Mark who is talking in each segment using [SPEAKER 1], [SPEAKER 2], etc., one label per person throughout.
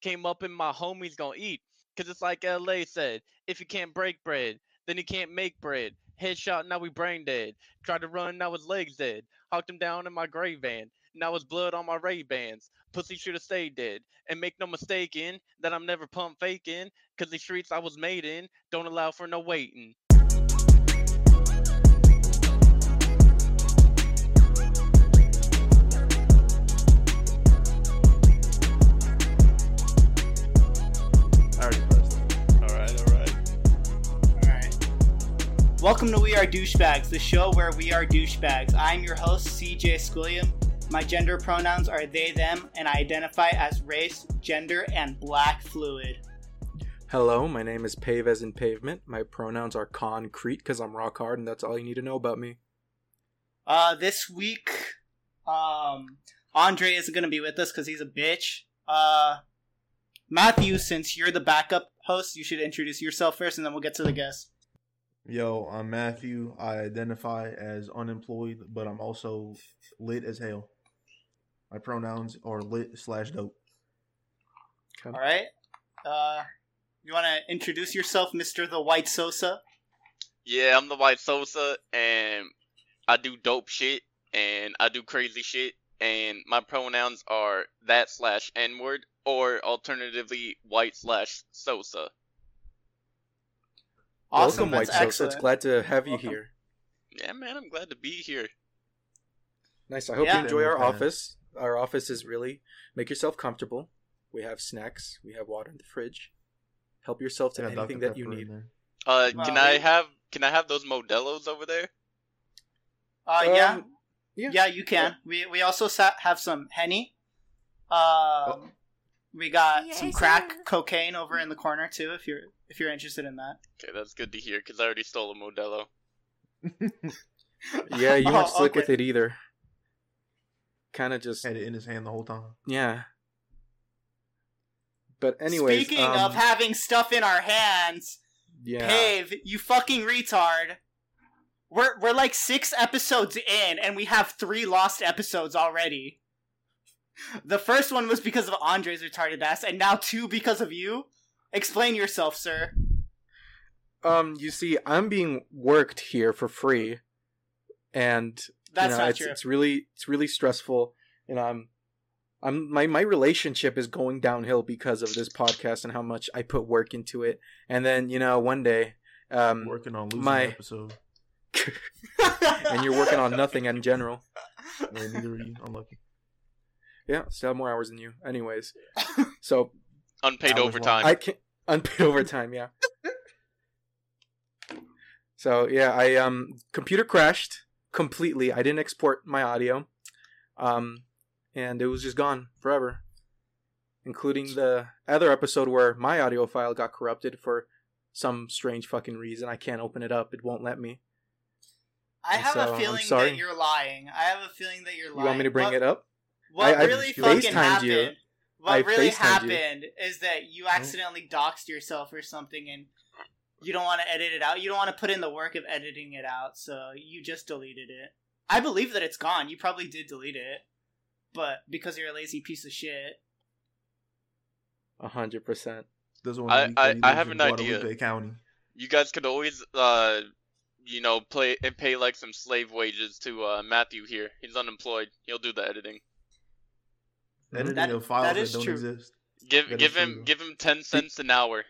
[SPEAKER 1] came up and my homies gonna eat. Cause it's like LA said, if you can't break bread, then you can't make bread. Headshot, now we brain dead. Tried to run, now his legs dead. Hawked him down in my gray van. Now his blood on my Ray Bans. Pussy should have stayed dead. And make no mistake in that I'm never pump faking. Cause the streets I was made in don't allow for no waiting.
[SPEAKER 2] I already pressed it.
[SPEAKER 3] All right, all right.
[SPEAKER 4] Alright. Welcome to We Are Douchebags, the show where we are douchebags. I'm your host, CJ Squilliam. My gender pronouns are they, them, and I identify as race, gender, and black fluid.
[SPEAKER 2] Hello, my name is Pave as in pavement. My pronouns are concrete because I'm rock hard, and that's all you need to know about me.
[SPEAKER 4] Uh, this week, um, Andre isn't going to be with us because he's a bitch. Uh, Matthew, since you're the backup host, you should introduce yourself first, and then we'll get to the guest.
[SPEAKER 5] Yo, I'm Matthew. I identify as unemployed, but I'm also lit as hell. My pronouns are lit slash dope.
[SPEAKER 4] All right. Uh, you want to introduce yourself, Mister the White Sosa?
[SPEAKER 1] Yeah, I'm the White Sosa, and I do dope shit, and I do crazy shit, and my pronouns are that slash N word, or alternatively, White slash Sosa.
[SPEAKER 4] Awesome,
[SPEAKER 2] Welcome, White
[SPEAKER 4] that's
[SPEAKER 2] Sosa. It's
[SPEAKER 4] excellent.
[SPEAKER 2] glad to have you
[SPEAKER 4] Welcome.
[SPEAKER 2] here.
[SPEAKER 1] Yeah, man, I'm glad to be here.
[SPEAKER 2] Nice. I hope
[SPEAKER 4] Yeah.
[SPEAKER 2] you enjoy our
[SPEAKER 5] Yeah.
[SPEAKER 2] office. Our office is really make yourself comfortable. We have snacks. We have water in the fridge. Help yourself
[SPEAKER 5] I
[SPEAKER 2] to
[SPEAKER 5] got Dr.
[SPEAKER 2] anything that you
[SPEAKER 5] Pepper in
[SPEAKER 2] need.
[SPEAKER 5] there.
[SPEAKER 1] Uh,
[SPEAKER 4] Wow.
[SPEAKER 1] can I have can I have those Modelo's over there?
[SPEAKER 4] Uh,
[SPEAKER 2] Um,
[SPEAKER 4] yeah,
[SPEAKER 2] yeah.
[SPEAKER 4] yeah, you can. We we also sa- have some henny. Um,
[SPEAKER 2] Oh.
[SPEAKER 4] we got some
[SPEAKER 6] Yes,
[SPEAKER 4] crack
[SPEAKER 6] sir.
[SPEAKER 4] cocaine over in the corner too. If you're if you're interested in that,
[SPEAKER 1] Okay, that's good to hear because I already stole a Modelo.
[SPEAKER 2] Yeah, you
[SPEAKER 4] Oh,
[SPEAKER 2] weren't slick
[SPEAKER 4] okay.
[SPEAKER 2] with it either. Kind of just
[SPEAKER 5] Had it in his hand the whole time.
[SPEAKER 2] yeah. But anyways,
[SPEAKER 4] speaking
[SPEAKER 2] um,
[SPEAKER 4] of having stuff in our hands,
[SPEAKER 2] yeah,
[SPEAKER 4] Pave, you fucking retard. We're we're like six episodes in, and we have three lost episodes already. The first one was because of Andre's retarded ass, and now two because of you. Explain yourself, sir.
[SPEAKER 2] um, you see, I'm being worked here for free, and
[SPEAKER 4] That's
[SPEAKER 2] you know,
[SPEAKER 4] not
[SPEAKER 2] it's,
[SPEAKER 4] true.
[SPEAKER 2] it's really it's really stressful and i'm i'm my my relationship is going downhill because of this podcast and how much i put work into it and then you know one day um
[SPEAKER 5] Working on losing
[SPEAKER 2] my-
[SPEAKER 5] the episode.
[SPEAKER 2] and you're working on nothing in general
[SPEAKER 5] Man, neither are you. Unlucky.
[SPEAKER 2] yeah still have more hours than you anyways so
[SPEAKER 1] Unpaid
[SPEAKER 5] That was
[SPEAKER 1] overtime.
[SPEAKER 2] i can unpaid overtime yeah so yeah i um computer crashed completely i didn't export my audio um and it was just gone forever including the other episode where my audio file got corrupted for some strange fucking reason i can't open it up it won't let me
[SPEAKER 4] I have
[SPEAKER 2] So,
[SPEAKER 4] a
[SPEAKER 2] I'm
[SPEAKER 4] feeling
[SPEAKER 2] sorry.
[SPEAKER 4] that you're lying. I have a feeling that you're lying.
[SPEAKER 2] you want me to bring
[SPEAKER 4] what,
[SPEAKER 2] it up
[SPEAKER 4] What
[SPEAKER 2] I- I
[SPEAKER 4] really
[SPEAKER 2] FaceTimed
[SPEAKER 4] fucking
[SPEAKER 2] you.
[SPEAKER 4] happened? What
[SPEAKER 2] I
[SPEAKER 4] really
[SPEAKER 2] FaceTimed you. Oh.
[SPEAKER 4] happened is that you accidentally doxed yourself or something, and you don't want to edit it out. You don't want to put in the work of editing it out, so you just deleted it. I believe that it's gone. You probably did delete it, but because you're a lazy piece of shit.
[SPEAKER 2] a 100%
[SPEAKER 5] Doesn't
[SPEAKER 1] I-
[SPEAKER 5] want
[SPEAKER 1] I- I have an idea.
[SPEAKER 5] County.
[SPEAKER 2] Mm-hmm.
[SPEAKER 1] you guys could always, uh, you know, play and pay like some slave wages to uh, Matthew here. He's unemployed. He'll do the editing.
[SPEAKER 5] Editing
[SPEAKER 4] That-
[SPEAKER 5] of files
[SPEAKER 4] that
[SPEAKER 5] that,
[SPEAKER 4] is
[SPEAKER 5] don't
[SPEAKER 4] true.
[SPEAKER 5] exist.
[SPEAKER 1] Give
[SPEAKER 5] That
[SPEAKER 1] give
[SPEAKER 5] is
[SPEAKER 1] him
[SPEAKER 5] true.
[SPEAKER 1] give him ten cents an hour.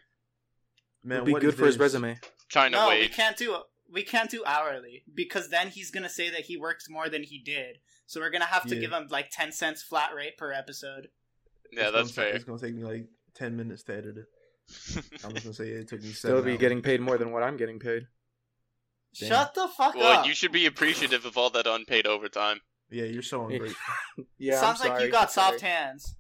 [SPEAKER 5] Man,
[SPEAKER 2] it'd be
[SPEAKER 5] what
[SPEAKER 2] good
[SPEAKER 5] is
[SPEAKER 2] for his
[SPEAKER 5] this?
[SPEAKER 2] resume
[SPEAKER 1] China
[SPEAKER 4] no, we
[SPEAKER 1] wage.
[SPEAKER 4] can't do we can't do hourly because then he's gonna say that he works more than he did. So we're gonna have to
[SPEAKER 5] Yeah.
[SPEAKER 4] give him like ten cents flat rate per episode.
[SPEAKER 1] Yeah, that's
[SPEAKER 5] It's gonna ta-
[SPEAKER 1] fair.
[SPEAKER 5] It's gonna take me like ten minutes to edit it. I'm just gonna say it took me.
[SPEAKER 2] still
[SPEAKER 5] Seven
[SPEAKER 2] be
[SPEAKER 5] hours.
[SPEAKER 2] getting paid more than what i'm getting paid
[SPEAKER 5] Damn.
[SPEAKER 4] Shut the fuck
[SPEAKER 1] well,
[SPEAKER 4] up.
[SPEAKER 1] you should be appreciative of all that unpaid overtime.
[SPEAKER 5] Yeah, you're so ungrateful.
[SPEAKER 2] yeah I'm
[SPEAKER 4] Sounds like
[SPEAKER 2] sorry.
[SPEAKER 4] you got
[SPEAKER 2] Sorry.
[SPEAKER 4] soft hands.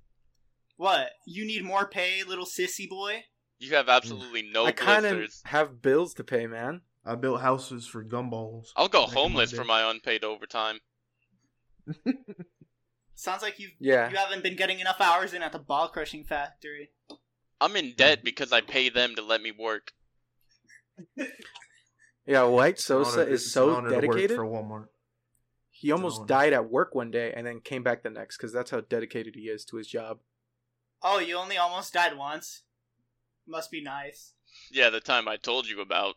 [SPEAKER 4] What? You need more pay, little sissy boy?
[SPEAKER 1] You have absolutely no
[SPEAKER 2] I kind of
[SPEAKER 1] blisters.
[SPEAKER 2] have bills to pay, man.
[SPEAKER 5] I built houses for gumballs.
[SPEAKER 1] I'll go
[SPEAKER 5] Making my
[SPEAKER 1] homeless for
[SPEAKER 5] day.
[SPEAKER 1] my unpaid overtime.
[SPEAKER 4] Sounds like you
[SPEAKER 2] Yeah.
[SPEAKER 4] you haven't been getting enough hours in at the ball crushing factory.
[SPEAKER 1] I'm in debt because I pay them to let me work.
[SPEAKER 2] Yeah, White
[SPEAKER 5] It's an
[SPEAKER 2] Sosa
[SPEAKER 5] honor-
[SPEAKER 2] is
[SPEAKER 5] it's an
[SPEAKER 2] so
[SPEAKER 5] honor to work
[SPEAKER 2] dedicated.
[SPEAKER 5] for Walmart.
[SPEAKER 2] He
[SPEAKER 5] an
[SPEAKER 2] almost
[SPEAKER 5] honor.
[SPEAKER 2] died at work one day and then came back the next because that's how dedicated he is to his job.
[SPEAKER 4] Oh, you only almost died once. Must be nice.
[SPEAKER 1] Yeah, the time I told you about.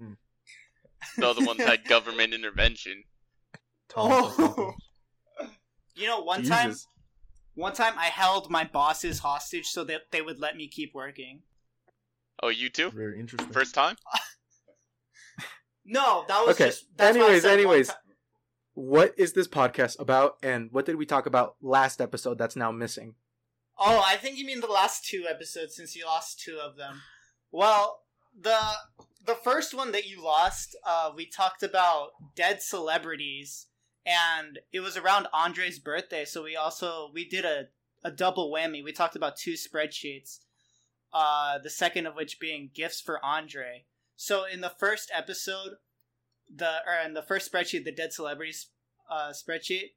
[SPEAKER 5] Hmm.
[SPEAKER 1] The other ones had government intervention.
[SPEAKER 5] Thomas
[SPEAKER 4] Oh.
[SPEAKER 5] Apocalypse.
[SPEAKER 4] You know, one
[SPEAKER 2] Jesus.
[SPEAKER 4] time, one time I held my bosses hostage so that they would let me keep working.
[SPEAKER 1] Oh, you too?
[SPEAKER 5] Very interesting.
[SPEAKER 1] First time?
[SPEAKER 4] No, that was
[SPEAKER 2] Okay.
[SPEAKER 4] just. That's why I
[SPEAKER 2] Anyways,
[SPEAKER 4] said one
[SPEAKER 2] anyways.
[SPEAKER 4] ti-
[SPEAKER 2] What is this podcast about, and what did we talk about last episode that's now missing?
[SPEAKER 4] Oh, I think you mean the last two episodes since you lost two of them. Well, the the first one that you lost, uh, we talked about dead celebrities, and it was around Andre's birthday, so we also we did a a double whammy. We talked about two spreadsheets, uh, the second of which being gifts for Andre. So in the first episode, the or in the first spreadsheet, the dead celebrities uh, spreadsheet,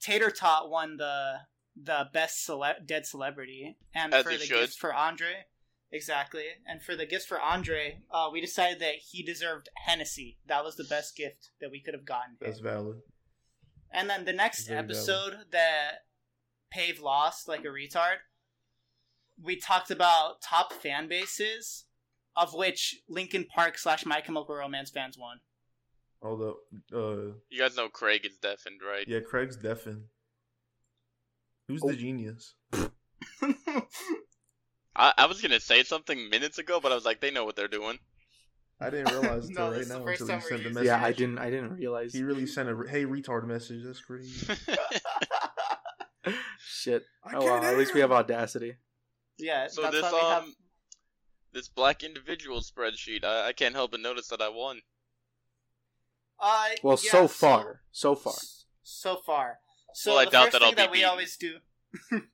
[SPEAKER 4] Tater Tot won the the best cele- dead celebrity, and
[SPEAKER 1] As
[SPEAKER 4] for
[SPEAKER 1] he
[SPEAKER 4] the
[SPEAKER 1] should.
[SPEAKER 4] gifts for Andre, exactly. And for the gifts for Andre, uh, we decided that he deserved Hennessy. That was the best gift that we could have gotten. him.
[SPEAKER 5] That's valid.
[SPEAKER 4] And then the next
[SPEAKER 5] Very valid.
[SPEAKER 4] episode that Pave lost like a retard, we talked about top fan bases, of which Linkin Park slash My Chemical Romance fans won.
[SPEAKER 5] Although, uh,
[SPEAKER 1] You guys know Craig is deafened, right?
[SPEAKER 5] yeah, Craig's deafened. Who's
[SPEAKER 2] Oh.
[SPEAKER 5] the genius?
[SPEAKER 1] I, I was gonna say something minutes ago, but I was like, they know what they're doing.
[SPEAKER 5] I didn't realize
[SPEAKER 4] No,
[SPEAKER 5] until
[SPEAKER 4] this
[SPEAKER 5] right
[SPEAKER 4] is the
[SPEAKER 5] now
[SPEAKER 4] first
[SPEAKER 5] until
[SPEAKER 4] time
[SPEAKER 5] he
[SPEAKER 4] we're
[SPEAKER 5] sent the
[SPEAKER 4] using
[SPEAKER 5] message.
[SPEAKER 4] That's
[SPEAKER 2] yeah, I
[SPEAKER 4] right.
[SPEAKER 2] didn't. I didn't realize.
[SPEAKER 5] He really sent a hey retard message. That's crazy.
[SPEAKER 2] Shit.
[SPEAKER 5] I
[SPEAKER 2] Oh well. At least we have audacity.
[SPEAKER 4] yeah,
[SPEAKER 1] so
[SPEAKER 4] that's
[SPEAKER 1] this
[SPEAKER 4] why
[SPEAKER 1] um,
[SPEAKER 4] we have.
[SPEAKER 1] this black individual spreadsheet, I, I can't help but notice that I won.
[SPEAKER 4] Uh,
[SPEAKER 2] Well,
[SPEAKER 4] yeah,
[SPEAKER 2] so far, so far.
[SPEAKER 4] S- So far. So
[SPEAKER 1] Well, I
[SPEAKER 4] the
[SPEAKER 1] doubt
[SPEAKER 4] first
[SPEAKER 1] that
[SPEAKER 4] thing
[SPEAKER 1] I'll be
[SPEAKER 4] that we
[SPEAKER 1] beaten.
[SPEAKER 4] always do.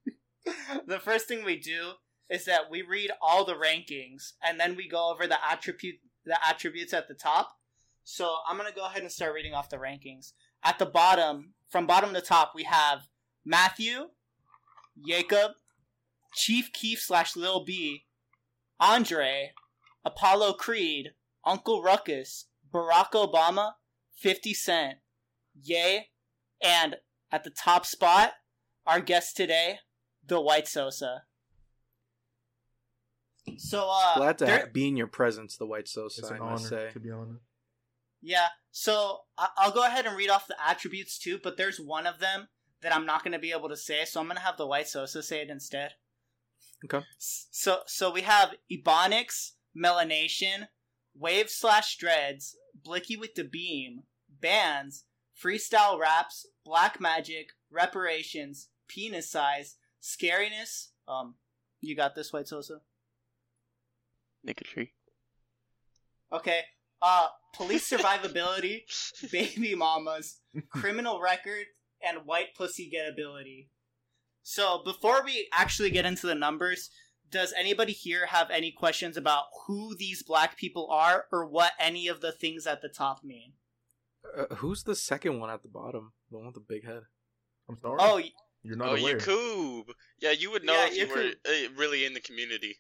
[SPEAKER 4] the first thing we do is that we read all the rankings and then we go over the attribute the attributes at the top. So I'm gonna go ahead and start reading off the rankings. At the bottom, from bottom to top, we have Matthew, Jacob, Chief Keef slash Lil B, Andre, Apollo Creed, Uncle Ruckus, Barack Obama, 50 Cent, Yay, and at the top spot, our guest today, the White Sosa. So, uh,
[SPEAKER 2] Glad to
[SPEAKER 4] there-
[SPEAKER 2] ha- be in your presence, the white sosa.
[SPEAKER 5] It's
[SPEAKER 2] I
[SPEAKER 5] an
[SPEAKER 2] must
[SPEAKER 5] honor
[SPEAKER 2] say.
[SPEAKER 5] to be honest.
[SPEAKER 4] Yeah. So I- I'll go ahead and read off the attributes too, but there's one of them that I'm not going to be able to say, so I'm going to have the White Sosa say it instead.
[SPEAKER 2] Okay.
[SPEAKER 4] S- So so we have Ebonics, Melanation, Wave slash Dreads, Blicky with the Beam, Bands, Freestyle Raps, Black Magic, Reparations, Penis Size, Scariness. Um, you got this, White Sosa.
[SPEAKER 1] Nicketry.
[SPEAKER 4] Okay. Uh, police survivability, baby mamas, criminal record, and white pussy getability. So before we actually get into the numbers, does anybody here have any questions about who these black people are or what any of the things at the top mean?
[SPEAKER 2] Uh, who's the second one at the bottom? The one with the big head.
[SPEAKER 5] I'm sorry.
[SPEAKER 4] Oh, y-
[SPEAKER 5] you're not
[SPEAKER 1] Oh,
[SPEAKER 5] aware.
[SPEAKER 1] Yakub. Yeah, you would know
[SPEAKER 4] Yeah,
[SPEAKER 1] if you were uh, really in the community.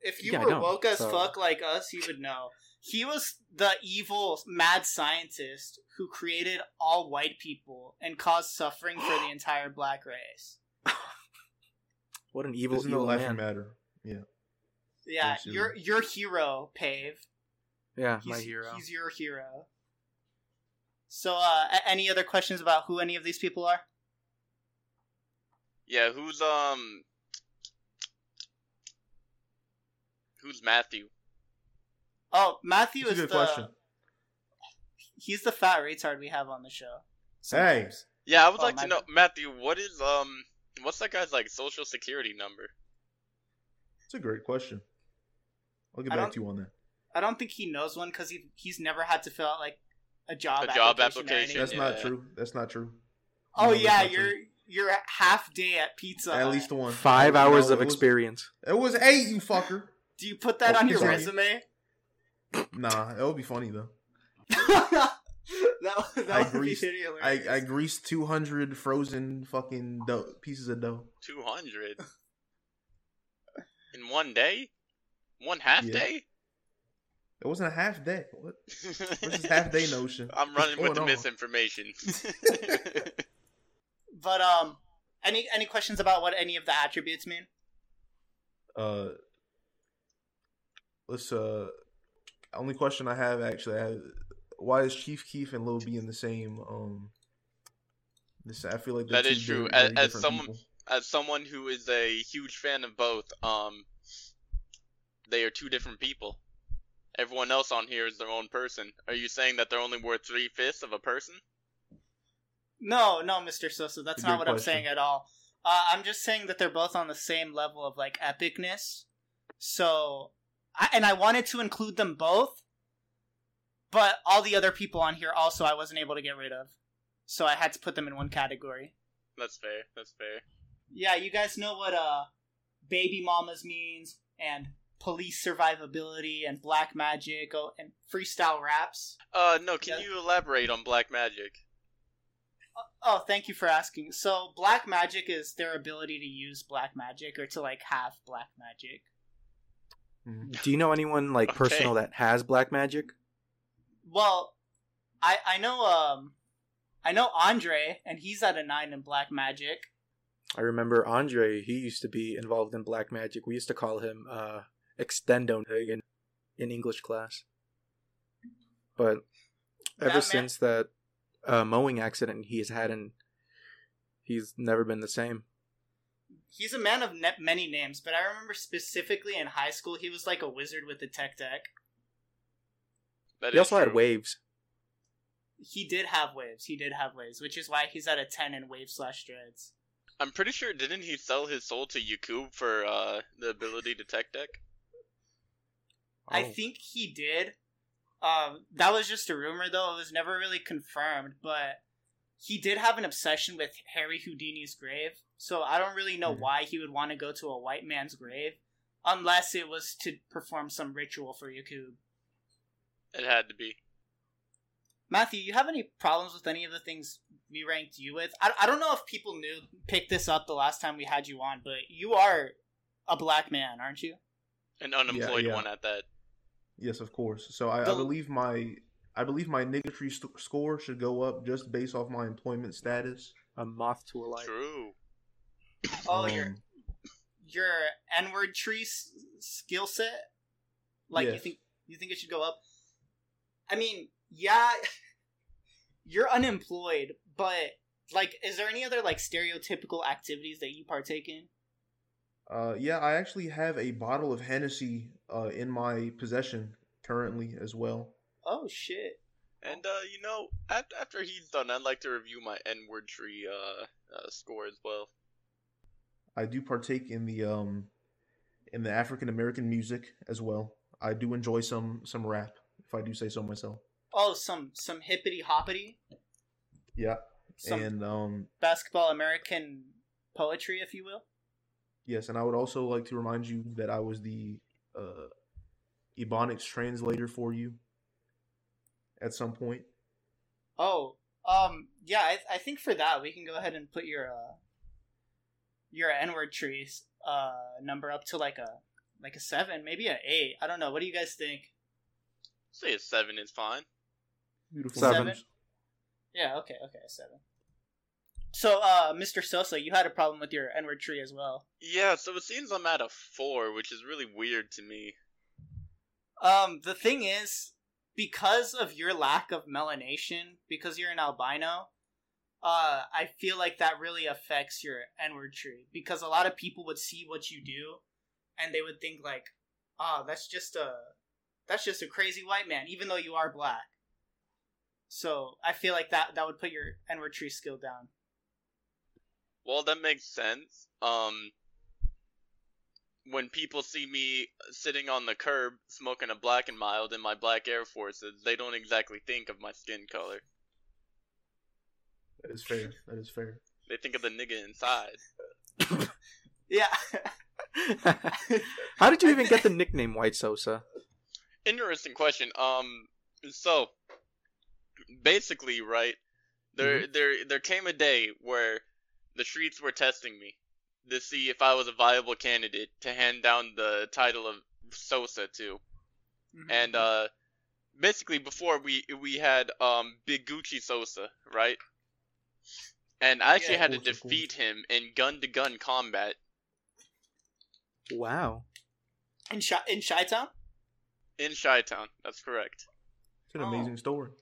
[SPEAKER 4] if you
[SPEAKER 2] Yeah, I
[SPEAKER 4] were
[SPEAKER 2] know,
[SPEAKER 4] woke as
[SPEAKER 2] so-
[SPEAKER 4] fuck like us, you would know. He was the evil mad scientist who created all white people and caused suffering for the entire black race.
[SPEAKER 2] What an evil,
[SPEAKER 5] There's no
[SPEAKER 2] evil
[SPEAKER 5] laughing
[SPEAKER 2] man.
[SPEAKER 5] matter. Yeah.
[SPEAKER 4] Yeah,
[SPEAKER 5] Thanks,
[SPEAKER 4] your your hero, Pave.
[SPEAKER 2] Yeah,
[SPEAKER 4] He's,
[SPEAKER 2] my hero.
[SPEAKER 4] He's your hero. So, uh, a- any other questions about who any of these people are?
[SPEAKER 1] Yeah, who's um, who's Matthew?
[SPEAKER 4] Oh, Matthew
[SPEAKER 5] That's
[SPEAKER 4] is
[SPEAKER 5] a good
[SPEAKER 4] the
[SPEAKER 5] question.
[SPEAKER 4] he's the fat retard we have on the show.
[SPEAKER 5] Hey,
[SPEAKER 1] Yeah, I would
[SPEAKER 4] Oh,
[SPEAKER 1] like to
[SPEAKER 4] Matthew.
[SPEAKER 1] know Matthew. What is um, what's that guy's like social security number?
[SPEAKER 5] it's a great question. I'll get
[SPEAKER 4] I
[SPEAKER 5] back
[SPEAKER 4] don't-
[SPEAKER 5] to you on that.
[SPEAKER 4] I don't think he knows one because he he's never had to fill out like a job
[SPEAKER 1] A job
[SPEAKER 4] application.
[SPEAKER 1] application,
[SPEAKER 4] or anything.
[SPEAKER 5] That's not
[SPEAKER 1] Yeah.
[SPEAKER 5] true. That's not true.
[SPEAKER 4] Oh
[SPEAKER 5] No, that's
[SPEAKER 4] yeah,
[SPEAKER 5] not true.
[SPEAKER 4] you're you're at half day at pizza.
[SPEAKER 5] at
[SPEAKER 4] Hut.
[SPEAKER 5] least one.
[SPEAKER 2] Five
[SPEAKER 5] No,
[SPEAKER 2] hours
[SPEAKER 5] it
[SPEAKER 2] of
[SPEAKER 5] was-
[SPEAKER 2] experience.
[SPEAKER 5] It was eight, you fucker.
[SPEAKER 4] Do you put that
[SPEAKER 5] Oh,
[SPEAKER 4] on your
[SPEAKER 5] sorry.
[SPEAKER 4] resume?
[SPEAKER 5] Nah, it would be funny though.
[SPEAKER 4] that would-
[SPEAKER 5] I
[SPEAKER 4] that would be
[SPEAKER 5] greased- I,
[SPEAKER 4] hilarious.
[SPEAKER 5] I greased two hundred frozen fucking dough, pieces of dough.
[SPEAKER 1] Two hundred in one day, one half
[SPEAKER 5] Yeah.
[SPEAKER 1] day.
[SPEAKER 5] It wasn't a half day. What? What's this half day notion?
[SPEAKER 1] I'm
[SPEAKER 5] What's
[SPEAKER 1] running with
[SPEAKER 5] going
[SPEAKER 1] the
[SPEAKER 5] on?
[SPEAKER 1] misinformation.
[SPEAKER 4] But um, Any any questions about what any of the attributes mean?
[SPEAKER 5] Uh, let's. Uh, only question I have actually, I have, why is Chief Keef and Lil B in the same? Um, this I feel like they're
[SPEAKER 1] That is
[SPEAKER 5] two
[SPEAKER 1] true.
[SPEAKER 5] very-
[SPEAKER 1] As-
[SPEAKER 5] very
[SPEAKER 1] as
[SPEAKER 5] different
[SPEAKER 1] someone-
[SPEAKER 5] people.
[SPEAKER 1] as someone who is a huge fan of both, um, they are two different people. Everyone else on here is their own person. Are you saying that they're only worth three fifths of a person?
[SPEAKER 4] No, no, Mr. Sosa, that's not
[SPEAKER 5] Good
[SPEAKER 4] what I'm
[SPEAKER 5] question.
[SPEAKER 4] saying at all. Uh, I'm just saying that they're both on the same level of like epicness. So, I, and I wanted to include them both, but all the other people on here also I wasn't able to get rid of, so I had to put them in one category.
[SPEAKER 1] That's fair. That's fair.
[SPEAKER 4] Yeah, you guys know what uh, baby mamas means and police survivability and black magic oh, and freestyle raps.
[SPEAKER 1] Uh, no. Can
[SPEAKER 4] Yeah.
[SPEAKER 1] you elaborate on black magic?
[SPEAKER 4] Oh, thank you for asking. So, black magic is their ability to use black magic or to like have black magic.
[SPEAKER 5] Mhm.
[SPEAKER 2] Do you know anyone like
[SPEAKER 1] Okay.
[SPEAKER 2] personal that has black magic?
[SPEAKER 4] Well, I I know um I know Andre and he's at a 9 in black magic.
[SPEAKER 2] I remember Andre, he used to be involved in black magic. We used to call him uh Extendo in, in English class. But
[SPEAKER 4] That
[SPEAKER 2] ever
[SPEAKER 4] man-
[SPEAKER 2] since that uh, mowing accident he's had and he's never been the same.
[SPEAKER 4] He's a man of ne- many names, but I remember specifically in high school he was like a wizard with the tech deck.
[SPEAKER 1] That
[SPEAKER 2] he
[SPEAKER 1] is
[SPEAKER 2] also had
[SPEAKER 1] true.
[SPEAKER 2] waves.
[SPEAKER 4] He did have waves. He did have waves, which is why he's at a 10 in wave slash dreads.
[SPEAKER 1] I'm pretty sure didn't he sell his soul to Yakub for uh the ability to tech deck?
[SPEAKER 4] I
[SPEAKER 2] Oh.
[SPEAKER 4] think he did. Um, that was just a rumor, though. It was never really confirmed, but he did have an obsession with Harry Houdini's grave. So I don't really know
[SPEAKER 5] Mhm.
[SPEAKER 4] why he would want to go to a white man's grave unless it was to perform some ritual for Yakub.
[SPEAKER 1] It had to be.
[SPEAKER 4] Matthew, you have any problems with any of the things we ranked you with? I, I don't know if people knew picked this up the last time we had you on, but you are a black man, aren't you?
[SPEAKER 1] An unemployed
[SPEAKER 5] yeah.
[SPEAKER 1] one at that.
[SPEAKER 5] Yes, of course. So I, I
[SPEAKER 4] The-
[SPEAKER 5] believe my I believe my niggatry st- score should go up just based off my employment status.
[SPEAKER 2] a moth to a light.
[SPEAKER 1] True.
[SPEAKER 4] Oh, you're
[SPEAKER 5] Um,
[SPEAKER 4] your N word tree s- skill set? Like you
[SPEAKER 5] Yes.
[SPEAKER 4] think you think it should go up? I mean, yeah, you're unemployed, but like, is there any other like stereotypical activities that you partake in?
[SPEAKER 5] Uh, yeah, I actually have a bottle of Hennessy uh, in my possession currently as well.
[SPEAKER 4] Oh shit!
[SPEAKER 1] And uh, you know, after after he's done, I'd like to review my N-word tree uh, uh score as well.
[SPEAKER 5] I do partake in the um in the African American music as well. I do enjoy some some rap, if I do say so myself.
[SPEAKER 4] Oh, some some hippity hoppity,
[SPEAKER 5] Yeah,
[SPEAKER 4] some
[SPEAKER 5] and um
[SPEAKER 4] basketball American poetry, if you will.
[SPEAKER 5] yes, and I would also like to remind you that I was the uh Ebonics translator for you at some point.
[SPEAKER 4] Oh, um, yeah, I, I think for that we can go ahead and put your uh, your N word trees uh number up to like a like a seven, maybe a eight. I don't know. What do you guys think?
[SPEAKER 1] Say a seven is fine.
[SPEAKER 5] Beautiful.
[SPEAKER 2] Seven.
[SPEAKER 5] news.
[SPEAKER 4] Yeah, okay, okay, a seven. So, uh, Mr. Sosa, you had a problem with your N word tree as well.
[SPEAKER 1] Yeah, so it seems I'm at a four, which is really weird to me.
[SPEAKER 4] Um, the thing is, because of your lack of melanation, because you're an albino, uh, I feel like that really affects your N-word tree. Because a lot of people would see what you do, and they would think like, "Oh, that's just a, that's just a crazy white man," even though you are black. So I feel like that that would put your N-word tree skill down.
[SPEAKER 1] Well, that makes sense. Um, when people see me sitting on the curb smoking a black and mild in my black Air Forces, they don't exactly think of my skin color.
[SPEAKER 5] That is fair. That is fair.
[SPEAKER 1] They think of the nigga inside.
[SPEAKER 4] Yeah,
[SPEAKER 2] How did you even get the nickname White Sosa?
[SPEAKER 1] Interesting question. Um, so basically, right there, there, there came a day where the streets were testing me to see if I was a viable candidate to hand down the title of Sosa to. and uh basically before we we had um big gucci sosa right And I actually
[SPEAKER 3] Yeah,
[SPEAKER 1] had to
[SPEAKER 5] of course, of course.
[SPEAKER 1] defeat him in gun to gun combat.
[SPEAKER 2] Wow.
[SPEAKER 4] In Chi in Chi Town?
[SPEAKER 1] In Chi Town, that's correct.
[SPEAKER 5] It's an
[SPEAKER 4] Oh.
[SPEAKER 5] amazing story.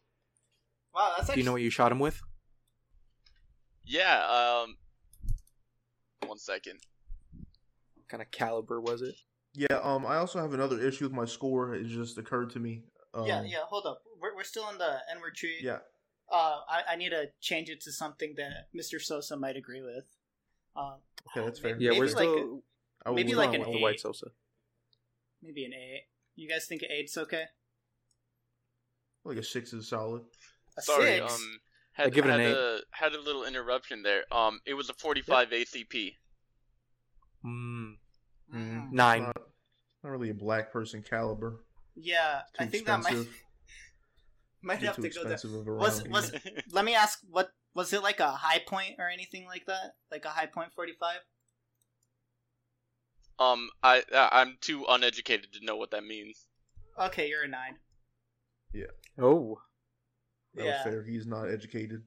[SPEAKER 4] Wow, that's
[SPEAKER 2] Do you know what you shot him with?
[SPEAKER 1] Yeah, um one second.
[SPEAKER 2] What kind of caliber was it?
[SPEAKER 5] Yeah. Um. I also have another issue with my score. It just occurred to me. Um,
[SPEAKER 4] yeah, yeah. Hold up, we're, we're still on the N word tree.
[SPEAKER 5] Yeah.
[SPEAKER 4] Uh, I, I need to change it to something that Mr. Sosa might agree with. Um,
[SPEAKER 5] Okay, that's fair.
[SPEAKER 2] Yeah,
[SPEAKER 4] Maybe
[SPEAKER 2] we're
[SPEAKER 4] like
[SPEAKER 2] still
[SPEAKER 4] a-
[SPEAKER 5] I will
[SPEAKER 4] maybe
[SPEAKER 5] leave
[SPEAKER 4] like
[SPEAKER 5] that
[SPEAKER 4] an
[SPEAKER 5] one.
[SPEAKER 2] with the
[SPEAKER 4] eight.
[SPEAKER 2] white salsa.
[SPEAKER 4] maybe an eight. You guys think an eight's okay?
[SPEAKER 5] like a six is solid.
[SPEAKER 4] A
[SPEAKER 1] Sorry,
[SPEAKER 4] six.
[SPEAKER 1] um had,
[SPEAKER 2] give it an
[SPEAKER 1] had
[SPEAKER 2] eight.
[SPEAKER 1] a had a little interruption there. Um it was a forty five ACP.
[SPEAKER 2] Mm,
[SPEAKER 5] Mm-hmm.
[SPEAKER 4] Mm.
[SPEAKER 2] nine.
[SPEAKER 5] Not, not really a black person caliber.
[SPEAKER 4] Yeah,
[SPEAKER 5] Too
[SPEAKER 4] I think that might
[SPEAKER 5] expensive.
[SPEAKER 4] might
[SPEAKER 5] Be
[SPEAKER 4] have
[SPEAKER 5] too
[SPEAKER 4] to go there.
[SPEAKER 5] expensive of a
[SPEAKER 4] Was-
[SPEAKER 5] round.
[SPEAKER 4] was- Let me ask, what was it like a high point or anything like that? Like a high point forty five?
[SPEAKER 1] um I I- I'm too uneducated to know what that means.
[SPEAKER 4] Okay, you're a nine.
[SPEAKER 2] Oh,
[SPEAKER 5] That
[SPEAKER 4] yeah,
[SPEAKER 5] was fair. He's not educated.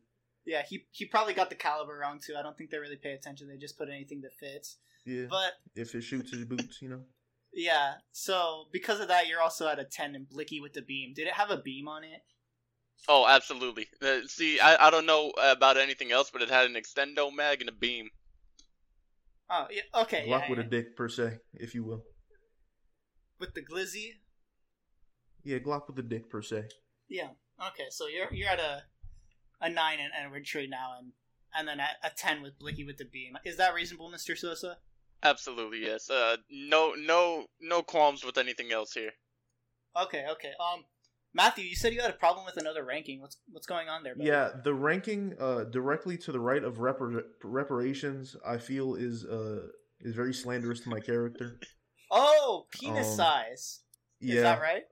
[SPEAKER 4] yeah. He he probably got the caliber wrong too. I don't think they really pay attention. They just put anything that fits.
[SPEAKER 5] Yeah.
[SPEAKER 4] But
[SPEAKER 5] if it shoots his boots, you know.
[SPEAKER 4] yeah, so because of that, you're also at a ten and Blicky with the beam. Did it have a beam on it?
[SPEAKER 1] Oh, absolutely. Uh, see, I, I don't know about anything else, but it had an extendo mag and a beam.
[SPEAKER 4] Oh yeah, okay.
[SPEAKER 5] Block
[SPEAKER 4] yeah,
[SPEAKER 5] with
[SPEAKER 4] yeah.
[SPEAKER 5] a dick per se, if you will.
[SPEAKER 4] with the glizzy.
[SPEAKER 5] Yeah, Glock with a dick per se.
[SPEAKER 4] Yeah. Okay, so you're you're at a a nine and Edward Tree now, and and then at a ten with Blicky with the beam. Is that reasonable, Mister Sosa?
[SPEAKER 1] Absolutely, yes. Uh, no, no, no qualms with anything else here.
[SPEAKER 4] Okay, okay. Um, Matthew, you said you had a problem with another ranking. What's what's going on there? Buddy?
[SPEAKER 5] Yeah, the ranking uh, directly to the right of repar- reparations, I feel is uh, is very slanderous to my character.
[SPEAKER 4] Oh, penis
[SPEAKER 5] Um,
[SPEAKER 4] size. Is
[SPEAKER 5] Yeah,
[SPEAKER 4] that right?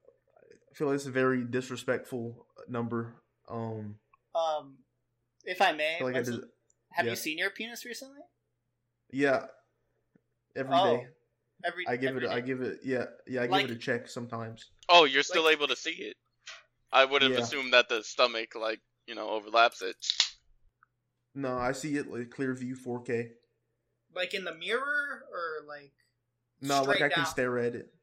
[SPEAKER 5] I feel it's a very disrespectful uh, number. Um,
[SPEAKER 4] Um, if I may,
[SPEAKER 5] I feel like I
[SPEAKER 4] what's-
[SPEAKER 5] des-
[SPEAKER 4] have
[SPEAKER 5] yeah.
[SPEAKER 4] you seen your penis recently?
[SPEAKER 5] yeah, every
[SPEAKER 4] Oh,
[SPEAKER 5] day
[SPEAKER 4] Every
[SPEAKER 5] I give it.
[SPEAKER 4] every
[SPEAKER 5] I
[SPEAKER 4] day?
[SPEAKER 5] give it. Yeah, yeah. I give
[SPEAKER 4] Like-
[SPEAKER 5] it a check sometimes.
[SPEAKER 1] Oh, you're still
[SPEAKER 4] Like-
[SPEAKER 1] able to see it. I would have
[SPEAKER 5] Yeah.
[SPEAKER 1] assumed that the stomach, like you know, overlaps it.
[SPEAKER 5] No, I see it like clear view 4K.
[SPEAKER 4] like in the mirror or like.
[SPEAKER 5] No, like
[SPEAKER 4] Straight
[SPEAKER 5] I can
[SPEAKER 4] down.
[SPEAKER 5] stare at it.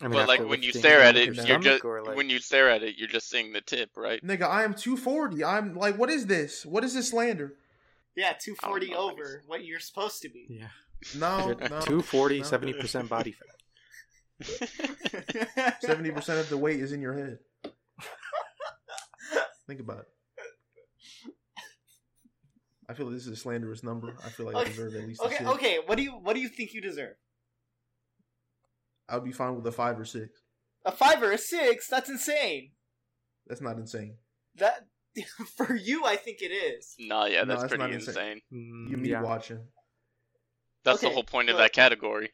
[SPEAKER 2] I mean,
[SPEAKER 1] but like
[SPEAKER 2] after
[SPEAKER 1] when you
[SPEAKER 2] lifting
[SPEAKER 1] stare at
[SPEAKER 2] with
[SPEAKER 1] it,
[SPEAKER 2] your
[SPEAKER 1] you're
[SPEAKER 2] stomach,
[SPEAKER 1] just
[SPEAKER 2] or, like-
[SPEAKER 1] when you stare at it, you're just seeing the tip, right?
[SPEAKER 5] Nigga, I am 240. I'm like, what is this? What is this slander?
[SPEAKER 4] Yeah, two forty
[SPEAKER 1] know.
[SPEAKER 4] over what you're supposed to be.
[SPEAKER 2] yeah,
[SPEAKER 5] No,
[SPEAKER 2] You're
[SPEAKER 5] Oh, no.
[SPEAKER 2] 240,
[SPEAKER 5] no.
[SPEAKER 2] 70% body fat.
[SPEAKER 5] Seventy percent of the weight is in your head. Think about it. I feel this is a slanderous number. I feel like I
[SPEAKER 4] Okay,
[SPEAKER 5] deserve at least a
[SPEAKER 4] okay,
[SPEAKER 5] six.
[SPEAKER 4] okay. What do you what do you think you deserve?
[SPEAKER 5] I'll be fine with a five or six.
[SPEAKER 4] A five or a six? That's insane.
[SPEAKER 5] That's not insane.
[SPEAKER 4] That for you, I think it is.
[SPEAKER 1] Nah, yeah,
[SPEAKER 5] No,
[SPEAKER 1] that's
[SPEAKER 5] that's
[SPEAKER 1] pretty
[SPEAKER 5] not insane.
[SPEAKER 1] insane.
[SPEAKER 2] Mm,
[SPEAKER 5] You me
[SPEAKER 2] yeah.
[SPEAKER 5] watching
[SPEAKER 1] That's the
[SPEAKER 4] Okay,
[SPEAKER 1] whole point of
[SPEAKER 4] look.
[SPEAKER 1] that category.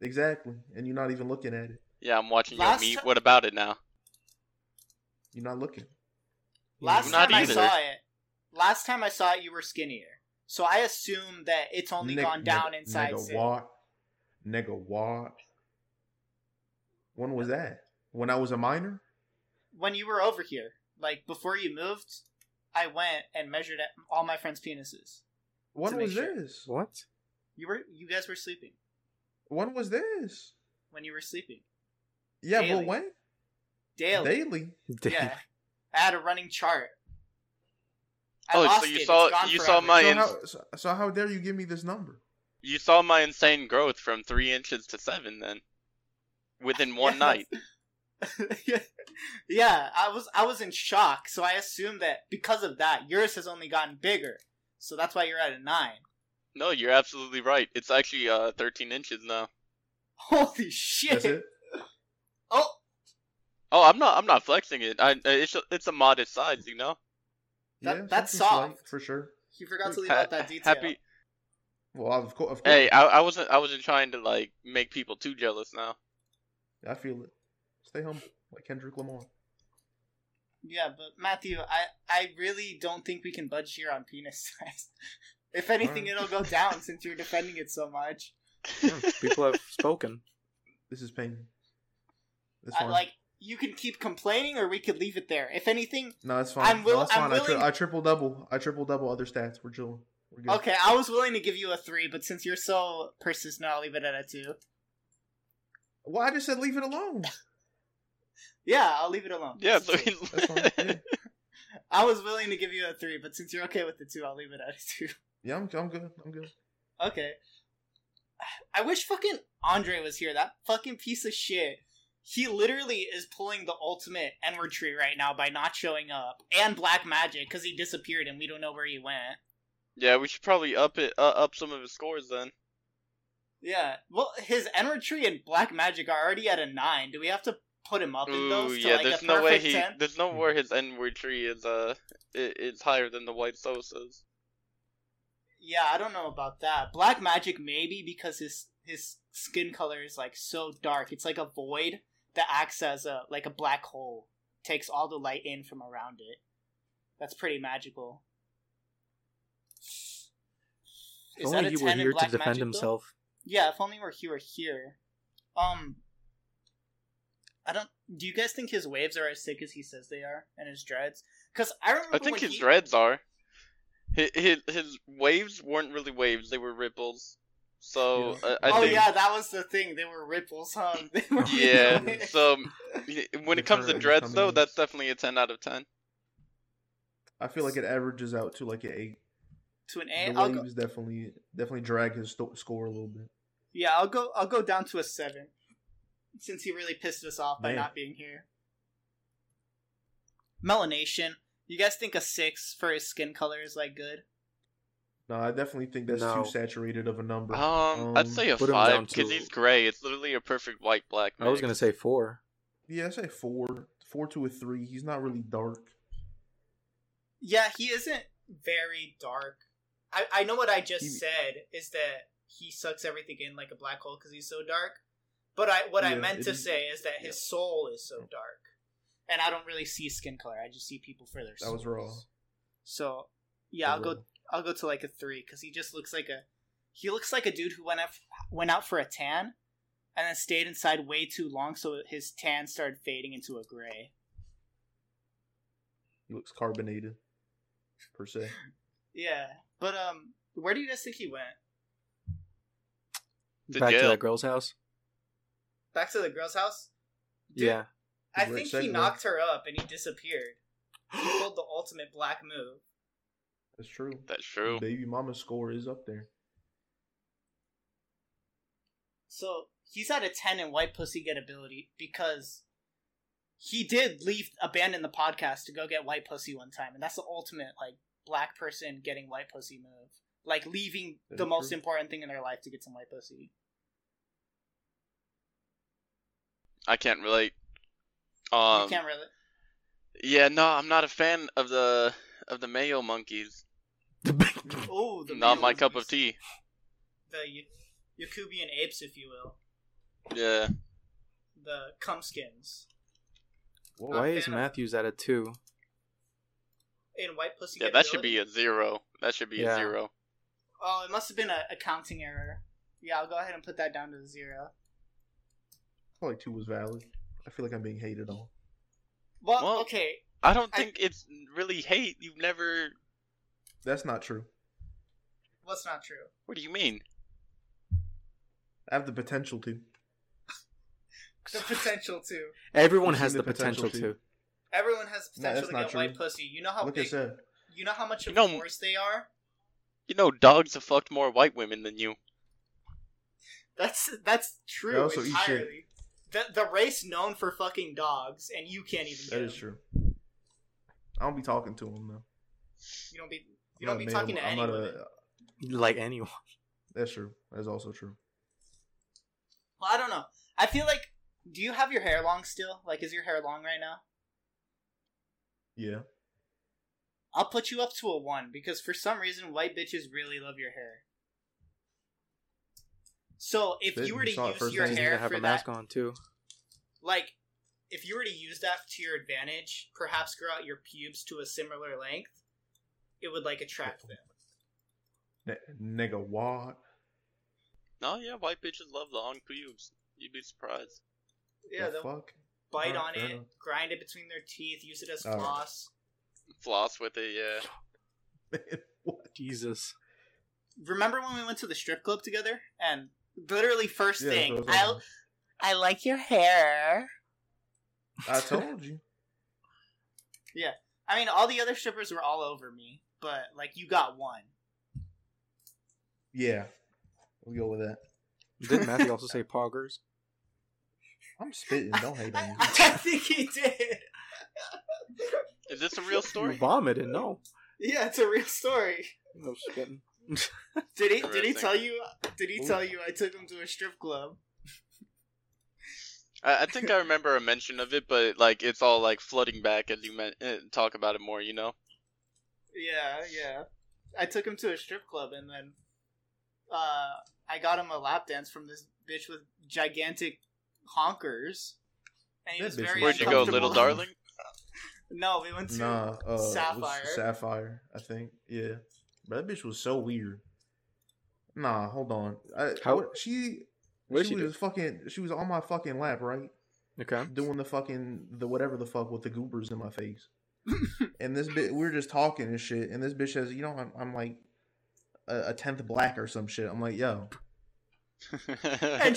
[SPEAKER 5] exactly, and you're not even looking at it.
[SPEAKER 1] Yeah, I'm watching
[SPEAKER 4] Last
[SPEAKER 1] your meat.
[SPEAKER 4] ti-
[SPEAKER 1] What about it now?
[SPEAKER 5] You're not looking.
[SPEAKER 4] Last
[SPEAKER 1] Not
[SPEAKER 4] time I
[SPEAKER 1] either.
[SPEAKER 4] saw it, last time I saw it, you were skinnier. So I assume that it's only
[SPEAKER 5] Nigga-
[SPEAKER 4] gone down
[SPEAKER 5] nigga-
[SPEAKER 4] inside.
[SPEAKER 5] Nigga
[SPEAKER 4] six.
[SPEAKER 5] walk. Nigga walk. When was that? When I was a minor?
[SPEAKER 4] When you were over here, like before you moved, I went and measured at all my friends' penises.
[SPEAKER 5] When
[SPEAKER 4] To make
[SPEAKER 5] was
[SPEAKER 4] sure.
[SPEAKER 5] this?
[SPEAKER 2] What?
[SPEAKER 4] You were, you guys were sleeping
[SPEAKER 5] When was this?
[SPEAKER 4] when you were sleeping
[SPEAKER 5] Yeah,
[SPEAKER 4] Daily.
[SPEAKER 5] but when?
[SPEAKER 4] daily.
[SPEAKER 5] Daily.
[SPEAKER 4] Yeah, I had a running chart. I
[SPEAKER 1] Oh, so
[SPEAKER 4] lost
[SPEAKER 1] you
[SPEAKER 4] it. It's
[SPEAKER 1] saw-
[SPEAKER 4] gone
[SPEAKER 1] you saw
[SPEAKER 4] forever.
[SPEAKER 1] my-
[SPEAKER 5] So
[SPEAKER 1] Lions.
[SPEAKER 5] how, so, so how dare you give me this number?
[SPEAKER 1] You saw my insane growth from three inches to seven, then within one
[SPEAKER 4] Yeah,
[SPEAKER 1] night.
[SPEAKER 4] yeah, I was I was in shock, so I assumed that because of that, yours has only gotten bigger, so that's why you're at a nine.
[SPEAKER 1] No, you're absolutely right. It's actually uh 13 inches now.
[SPEAKER 4] Holy shit!
[SPEAKER 5] That's it.
[SPEAKER 4] Oh,
[SPEAKER 1] Oh, I'm not. I'm not flexing it. I, uh, it's a, it's a modest size, you know.
[SPEAKER 4] That-
[SPEAKER 5] Yeah,
[SPEAKER 4] that's
[SPEAKER 5] something slight,
[SPEAKER 4] soft.
[SPEAKER 5] for sure.
[SPEAKER 4] you forgot to leave
[SPEAKER 1] Ha-
[SPEAKER 4] out that detail.
[SPEAKER 1] Happy.
[SPEAKER 5] Well, of, co- of course,
[SPEAKER 1] Hey, I, I wasn't. I wasn't trying to like make people too jealous. Now.
[SPEAKER 5] I feel it. Stay humble, like Kendrick Lamar.
[SPEAKER 4] Yeah, but Matthew, I I really don't think we can budge here on penis size. if anything,
[SPEAKER 5] Alright.
[SPEAKER 4] it'll go down since you're defending it so much.
[SPEAKER 2] Yeah, People have spoken.
[SPEAKER 5] This is pain. That's
[SPEAKER 4] I,
[SPEAKER 5] fine.
[SPEAKER 4] like you can keep complaining, or we could leave it there. If anything,
[SPEAKER 5] No, that's fine.
[SPEAKER 4] I'm will-
[SPEAKER 5] no, that's
[SPEAKER 4] I'm
[SPEAKER 5] fine. I,
[SPEAKER 4] willing-
[SPEAKER 5] tri- I triple double. I triple double other stats. We're chilling. We're good.
[SPEAKER 4] okay, I was willing to give you a three, but since you're so persistent, I'll leave it at a two.
[SPEAKER 5] Well, I just said leave it alone.
[SPEAKER 4] Yeah, I'll leave it alone.
[SPEAKER 1] Yeah, so
[SPEAKER 4] Since you-
[SPEAKER 5] That's fine. Yeah,
[SPEAKER 4] I was willing to give you a three, but since you're okay with the two, I'll leave it at a two.
[SPEAKER 5] yeah I'm, I'm good. I'm good.
[SPEAKER 4] Okay. I wish fucking Andre was here. That fucking piece of shit. He literally is pulling the ultimate N-word tree right now by not showing up. And Black Magic, because he disappeared and we don't know where he went.
[SPEAKER 1] yeah, we should probably up it uh, up some of his scores then.
[SPEAKER 4] Yeah. Well, his N-word tree and Black Magic are already at a 9. Do we have to put him up in
[SPEAKER 1] Ooh,
[SPEAKER 4] those to
[SPEAKER 1] yeah.
[SPEAKER 4] like
[SPEAKER 1] there's
[SPEAKER 4] a
[SPEAKER 1] no way
[SPEAKER 4] perfect
[SPEAKER 1] he.
[SPEAKER 4] 10?
[SPEAKER 1] There's no where his N word tree is uh i it's higher than the white Sosa's.
[SPEAKER 4] Yeah, I don't know about that. Black magic maybe because his his skin color is like so dark. It's like a void that acts as a like a black hole. Takes all the light in from around it. That's pretty magical.
[SPEAKER 2] If only he were here to defend
[SPEAKER 4] though?
[SPEAKER 2] himself.
[SPEAKER 4] Yeah, if only were he were here. Um I don't do you guys think his waves are as thick as he says they are and his dreads? Cuz I remember
[SPEAKER 1] I think
[SPEAKER 4] when
[SPEAKER 1] his
[SPEAKER 4] he-
[SPEAKER 1] dreads are. His, his his waves weren't really waves; they were ripples. So uh, I
[SPEAKER 4] oh
[SPEAKER 1] think
[SPEAKER 4] yeah, that was the thing. They were ripples, huh? They were
[SPEAKER 1] yeah. so y- when
[SPEAKER 5] The
[SPEAKER 1] it comes to
[SPEAKER 5] curve
[SPEAKER 1] dreads,
[SPEAKER 5] coming
[SPEAKER 1] though,
[SPEAKER 5] in.
[SPEAKER 1] that's definitely a ten out of ten.
[SPEAKER 5] I feel like it averages out to like an eight.
[SPEAKER 4] to an
[SPEAKER 5] The
[SPEAKER 4] eight. I'll go,
[SPEAKER 5] waves definitely definitely drag his sto- score a little bit.
[SPEAKER 4] yeah, I'll go. I'll go down to a seven, since he really pissed us off by
[SPEAKER 5] Man.
[SPEAKER 4] not being here. Melanation. You guys think a six for his skin color is like good?
[SPEAKER 5] No, I definitely think that's
[SPEAKER 2] No.
[SPEAKER 5] too saturated of a number.
[SPEAKER 1] Um, I'd
[SPEAKER 5] Um,
[SPEAKER 1] say a
[SPEAKER 2] put him
[SPEAKER 1] five
[SPEAKER 2] down
[SPEAKER 1] because
[SPEAKER 2] to-
[SPEAKER 1] he's gray. It's literally a perfect white black.
[SPEAKER 2] I was gonna say four.
[SPEAKER 5] yeah, I say four, four to a three. He's not really dark.
[SPEAKER 4] Yeah, he isn't very dark. I I know what I just
[SPEAKER 5] He-
[SPEAKER 4] said is that he sucks everything in like a black hole because he's so dark. But I what I
[SPEAKER 5] Yeah,
[SPEAKER 4] meant
[SPEAKER 5] it
[SPEAKER 4] to
[SPEAKER 5] is-
[SPEAKER 4] say is that his
[SPEAKER 5] yeah.
[SPEAKER 4] soul is so dark, and I don't really see skin color. I just see people for their.
[SPEAKER 5] That was raw.
[SPEAKER 4] souls. So yeah,
[SPEAKER 5] That
[SPEAKER 4] I'll
[SPEAKER 5] was
[SPEAKER 4] go.
[SPEAKER 5] raw.
[SPEAKER 4] I'll go to like a three because he just looks like a he looks like a dude who went out went out for a tan and then stayed inside way too long, so his tan started fading into a gray.
[SPEAKER 5] He looks carbonated, per se.
[SPEAKER 4] Yeah, but um, where do you guys think he went?
[SPEAKER 1] To
[SPEAKER 2] Back to
[SPEAKER 1] jail.
[SPEAKER 2] that girl's house.
[SPEAKER 4] Back to the girl's house. Dude,
[SPEAKER 2] yeah.
[SPEAKER 4] I
[SPEAKER 5] Great
[SPEAKER 4] think he
[SPEAKER 5] segue.
[SPEAKER 4] knocked her up and he disappeared. He pulled the ultimate black move.
[SPEAKER 5] That's true.
[SPEAKER 1] That's true.
[SPEAKER 5] Baby mama score is up there.
[SPEAKER 4] So he's at a ten in white pussy get ability because he did leave abandon the podcast to go get white pussy one time, and that's the ultimate like black person getting white pussy move. Like leaving
[SPEAKER 5] That
[SPEAKER 4] the
[SPEAKER 5] is
[SPEAKER 4] most
[SPEAKER 5] true.
[SPEAKER 4] important thing in their life to get some white pussy.
[SPEAKER 1] I can't relate. Um,
[SPEAKER 4] you can't really
[SPEAKER 1] yeah, no, I'm not a fan of the of the Mayo monkeys.
[SPEAKER 4] Oh the
[SPEAKER 1] Not my
[SPEAKER 4] males,
[SPEAKER 1] cup of tea.
[SPEAKER 4] The y- Yakubian apes, if you will.
[SPEAKER 1] Yeah,
[SPEAKER 4] The cumskins.
[SPEAKER 5] Whoa.
[SPEAKER 2] Why is
[SPEAKER 4] Anna.
[SPEAKER 2] Matthews at a two?
[SPEAKER 4] In white pussy
[SPEAKER 1] yeah,
[SPEAKER 4] get
[SPEAKER 1] that should
[SPEAKER 4] ability.
[SPEAKER 1] be a zero. That should be a
[SPEAKER 2] Yeah.
[SPEAKER 1] zero.
[SPEAKER 4] Oh, it must have been a accounting error. Yeah, I'll go ahead and put that down to zero.
[SPEAKER 5] I feel like two was valid. I feel like I'm being hated on.
[SPEAKER 4] Well,
[SPEAKER 1] Well-
[SPEAKER 4] okay.
[SPEAKER 1] I don't
[SPEAKER 4] I-
[SPEAKER 1] think it's really hate. You've never.
[SPEAKER 5] That's not true.
[SPEAKER 4] What's not true?
[SPEAKER 1] What do you mean?
[SPEAKER 5] I have the potential to.
[SPEAKER 4] The potential to.
[SPEAKER 2] Everyone
[SPEAKER 5] You've
[SPEAKER 2] has
[SPEAKER 5] seen
[SPEAKER 2] the potential, to.
[SPEAKER 4] Everyone has
[SPEAKER 5] No,
[SPEAKER 4] potential
[SPEAKER 5] that's
[SPEAKER 4] to
[SPEAKER 5] not
[SPEAKER 4] get white
[SPEAKER 5] true.
[SPEAKER 4] pussy. You know how
[SPEAKER 5] Look
[SPEAKER 4] Oh, big.
[SPEAKER 5] at Seth.
[SPEAKER 4] You know how much
[SPEAKER 1] You
[SPEAKER 4] of a
[SPEAKER 1] know-
[SPEAKER 4] force they are.
[SPEAKER 1] You know, dogs have fucked more white women than you.
[SPEAKER 4] That's that's
[SPEAKER 5] They
[SPEAKER 4] true
[SPEAKER 5] also eat shit.
[SPEAKER 4] entirely. The the race known for fucking dogs, and you can't even.
[SPEAKER 5] That
[SPEAKER 4] get
[SPEAKER 5] is
[SPEAKER 4] 'em.
[SPEAKER 5] true. I don't be talking to him though.
[SPEAKER 4] You don't be.
[SPEAKER 5] I'm
[SPEAKER 4] You
[SPEAKER 5] not
[SPEAKER 4] don't be
[SPEAKER 5] a male-
[SPEAKER 4] talking to
[SPEAKER 5] I'm not
[SPEAKER 4] anyone.
[SPEAKER 5] a-
[SPEAKER 2] Like anyone.
[SPEAKER 5] That's true. That's also true.
[SPEAKER 4] Well, I don't know. I feel like. Do you have your hair long still? Like, is your hair long right now?
[SPEAKER 5] Yeah.
[SPEAKER 4] I'll put you up to a one because for some reason white bitches really love your hair. So if
[SPEAKER 5] Fit,
[SPEAKER 4] you were
[SPEAKER 5] you
[SPEAKER 4] to
[SPEAKER 5] saw it
[SPEAKER 4] use
[SPEAKER 5] first
[SPEAKER 4] your
[SPEAKER 5] time.
[SPEAKER 2] He's gonna
[SPEAKER 4] hair
[SPEAKER 2] have
[SPEAKER 4] for
[SPEAKER 2] a
[SPEAKER 4] that,
[SPEAKER 2] mask on too.
[SPEAKER 4] like if you were to use that to your advantage, perhaps grow out your pubes to a similar length, it would like attract them.
[SPEAKER 5] N- nigga, what?
[SPEAKER 1] Oh, No, yeah, white bitches love long pubes. You'd be surprised.
[SPEAKER 4] Yeah,
[SPEAKER 5] the
[SPEAKER 4] the,
[SPEAKER 5] fuck?
[SPEAKER 4] bite
[SPEAKER 5] Alright,
[SPEAKER 4] on
[SPEAKER 5] fair
[SPEAKER 4] it,
[SPEAKER 5] enough.
[SPEAKER 4] grind it between their teeth, use it as
[SPEAKER 5] Alright.
[SPEAKER 4] floss.
[SPEAKER 1] Floss with it, yeah.
[SPEAKER 5] what?
[SPEAKER 2] Jesus.
[SPEAKER 4] Remember when we went to the strip club together? And literally, first
[SPEAKER 5] Yeah,
[SPEAKER 4] thing,
[SPEAKER 5] that's what I
[SPEAKER 4] I
[SPEAKER 5] was
[SPEAKER 4] I like your hair.
[SPEAKER 5] I told you.
[SPEAKER 4] I mean, all the other strippers were all over me, but like you got one.
[SPEAKER 5] Yeah. We'll go with that.
[SPEAKER 2] Didn't Matthew also say poggers?
[SPEAKER 5] I'm spitting. Don't hate on
[SPEAKER 4] I,
[SPEAKER 5] me.
[SPEAKER 4] I think he did.
[SPEAKER 1] Is this a real
[SPEAKER 2] You
[SPEAKER 1] story?
[SPEAKER 2] vomited. No.
[SPEAKER 4] Yeah, it's a real story.
[SPEAKER 2] No spitting.
[SPEAKER 4] Did he? Did he
[SPEAKER 1] Interesting.
[SPEAKER 4] tell you? Did he
[SPEAKER 5] Ooh.
[SPEAKER 4] tell you I took him to a strip club?
[SPEAKER 1] I, I think I remember a mention of it, but like it's all like flooding back as you men- eh, talk about it more. You know,
[SPEAKER 4] Yeah, yeah. I took him to a strip club, and then uh, I got him a lap dance from this bitch with gigantic honkers. And he
[SPEAKER 5] That
[SPEAKER 4] was
[SPEAKER 5] bitch
[SPEAKER 4] very
[SPEAKER 5] was
[SPEAKER 1] where'd you go,
[SPEAKER 5] uncomfortable.
[SPEAKER 1] little darling?
[SPEAKER 4] No, we went to.
[SPEAKER 5] Nah, uh, it was
[SPEAKER 4] Sapphire.
[SPEAKER 5] Sapphire, I think. Yeah, but that bitch was so weird. Nah, hold on. I,
[SPEAKER 2] How-
[SPEAKER 5] what- she?
[SPEAKER 2] What did
[SPEAKER 5] she
[SPEAKER 2] she do?
[SPEAKER 5] was fucking. She was on my fucking lap, right?
[SPEAKER 2] Okay.
[SPEAKER 5] Doing the fucking the whatever the fuck with the goobers in my face. and this bitch, we were just talking and shit. And this bitch says, "You know, I'm, I'm like a, a tenth black or some shit." I'm like, "Yo,
[SPEAKER 4] And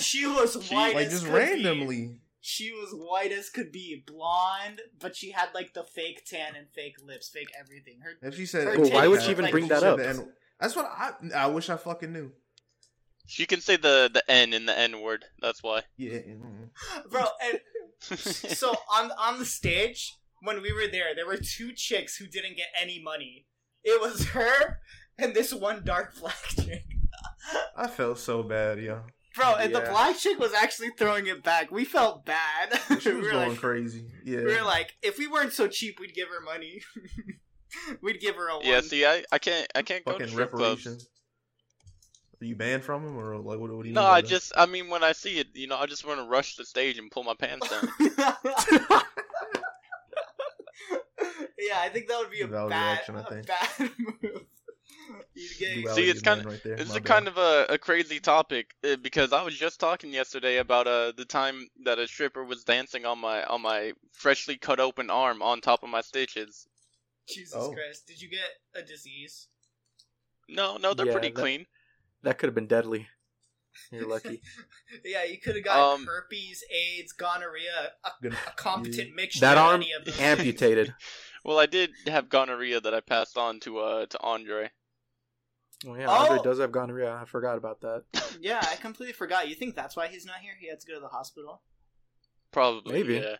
[SPEAKER 4] she was
[SPEAKER 1] She-
[SPEAKER 4] white
[SPEAKER 5] like
[SPEAKER 4] as
[SPEAKER 5] just
[SPEAKER 4] could be.
[SPEAKER 5] randomly."
[SPEAKER 4] She was white as could be, blonde, but she had like the fake tan and fake lips, fake everything. Her
[SPEAKER 5] If she said,
[SPEAKER 4] Well, why
[SPEAKER 5] "Take
[SPEAKER 4] would she
[SPEAKER 5] that,"
[SPEAKER 4] even
[SPEAKER 5] if
[SPEAKER 4] bring
[SPEAKER 5] she
[SPEAKER 2] that
[SPEAKER 5] said
[SPEAKER 2] up?
[SPEAKER 5] the N- That's what I. I wish I fucking knew.
[SPEAKER 1] she can say the the N in the N word. That's why.
[SPEAKER 5] Yeah. mm.
[SPEAKER 4] bro, and so on on the stage when we were there, there were two chicks who didn't get any money. It was her and this one dark black chick.
[SPEAKER 5] I felt so bad, yo.
[SPEAKER 4] Bro, and the
[SPEAKER 2] Yeah.
[SPEAKER 4] black chick was actually throwing it back. We felt bad.
[SPEAKER 5] She
[SPEAKER 4] we
[SPEAKER 5] was
[SPEAKER 4] were
[SPEAKER 5] going
[SPEAKER 4] like,
[SPEAKER 5] crazy. Yeah.
[SPEAKER 4] we were like, if we weren't so cheap, we'd give her money. we'd give her a one.
[SPEAKER 1] yeah, see, I, I can't I can't go to
[SPEAKER 5] fucking
[SPEAKER 1] strip clubs.
[SPEAKER 5] reparations. Are you banned from him or like what, what do you
[SPEAKER 1] No,
[SPEAKER 5] mean? by
[SPEAKER 1] I
[SPEAKER 5] that?
[SPEAKER 1] just I mean when I see it, you know, I just want to rush the stage and pull my pants down.
[SPEAKER 4] yeah, I think that would be a
[SPEAKER 5] Valid
[SPEAKER 4] bad,
[SPEAKER 5] reaction, I
[SPEAKER 4] a
[SPEAKER 5] think.
[SPEAKER 4] bad move. You'd get
[SPEAKER 5] Duality
[SPEAKER 1] See, it's
[SPEAKER 5] man
[SPEAKER 1] kinda-
[SPEAKER 5] right there.
[SPEAKER 1] This
[SPEAKER 5] my
[SPEAKER 1] is
[SPEAKER 5] bad.
[SPEAKER 1] kind of a, a crazy topic uh, because I was just talking yesterday about uh the time that a stripper was dancing on my on my freshly cut open arm on top of my stitches.
[SPEAKER 4] Jesus
[SPEAKER 5] Oh.
[SPEAKER 4] Christ! Did you get a disease?
[SPEAKER 1] No, no, they're
[SPEAKER 2] Yeah,
[SPEAKER 1] pretty
[SPEAKER 2] that-
[SPEAKER 1] clean.
[SPEAKER 2] That could have been deadly. You're lucky.
[SPEAKER 4] Yeah, you could have gotten
[SPEAKER 1] Um,
[SPEAKER 4] herpes, AIDS, gonorrhea, a,
[SPEAKER 5] Good-
[SPEAKER 4] a competent
[SPEAKER 1] Mm,
[SPEAKER 4] mixture.
[SPEAKER 2] That
[SPEAKER 4] of
[SPEAKER 2] arm
[SPEAKER 4] any of those.
[SPEAKER 2] amputated.
[SPEAKER 1] Well, I did have gonorrhea that I passed on to uh to Andre.
[SPEAKER 2] Oh yeah,
[SPEAKER 4] Oh!
[SPEAKER 2] Andre does have gonorrhea. I forgot about that.
[SPEAKER 4] yeah, I completely forgot. You think that's why he's not here? He had to go to the hospital.
[SPEAKER 1] Probably.
[SPEAKER 2] Maybe.
[SPEAKER 1] Yeah.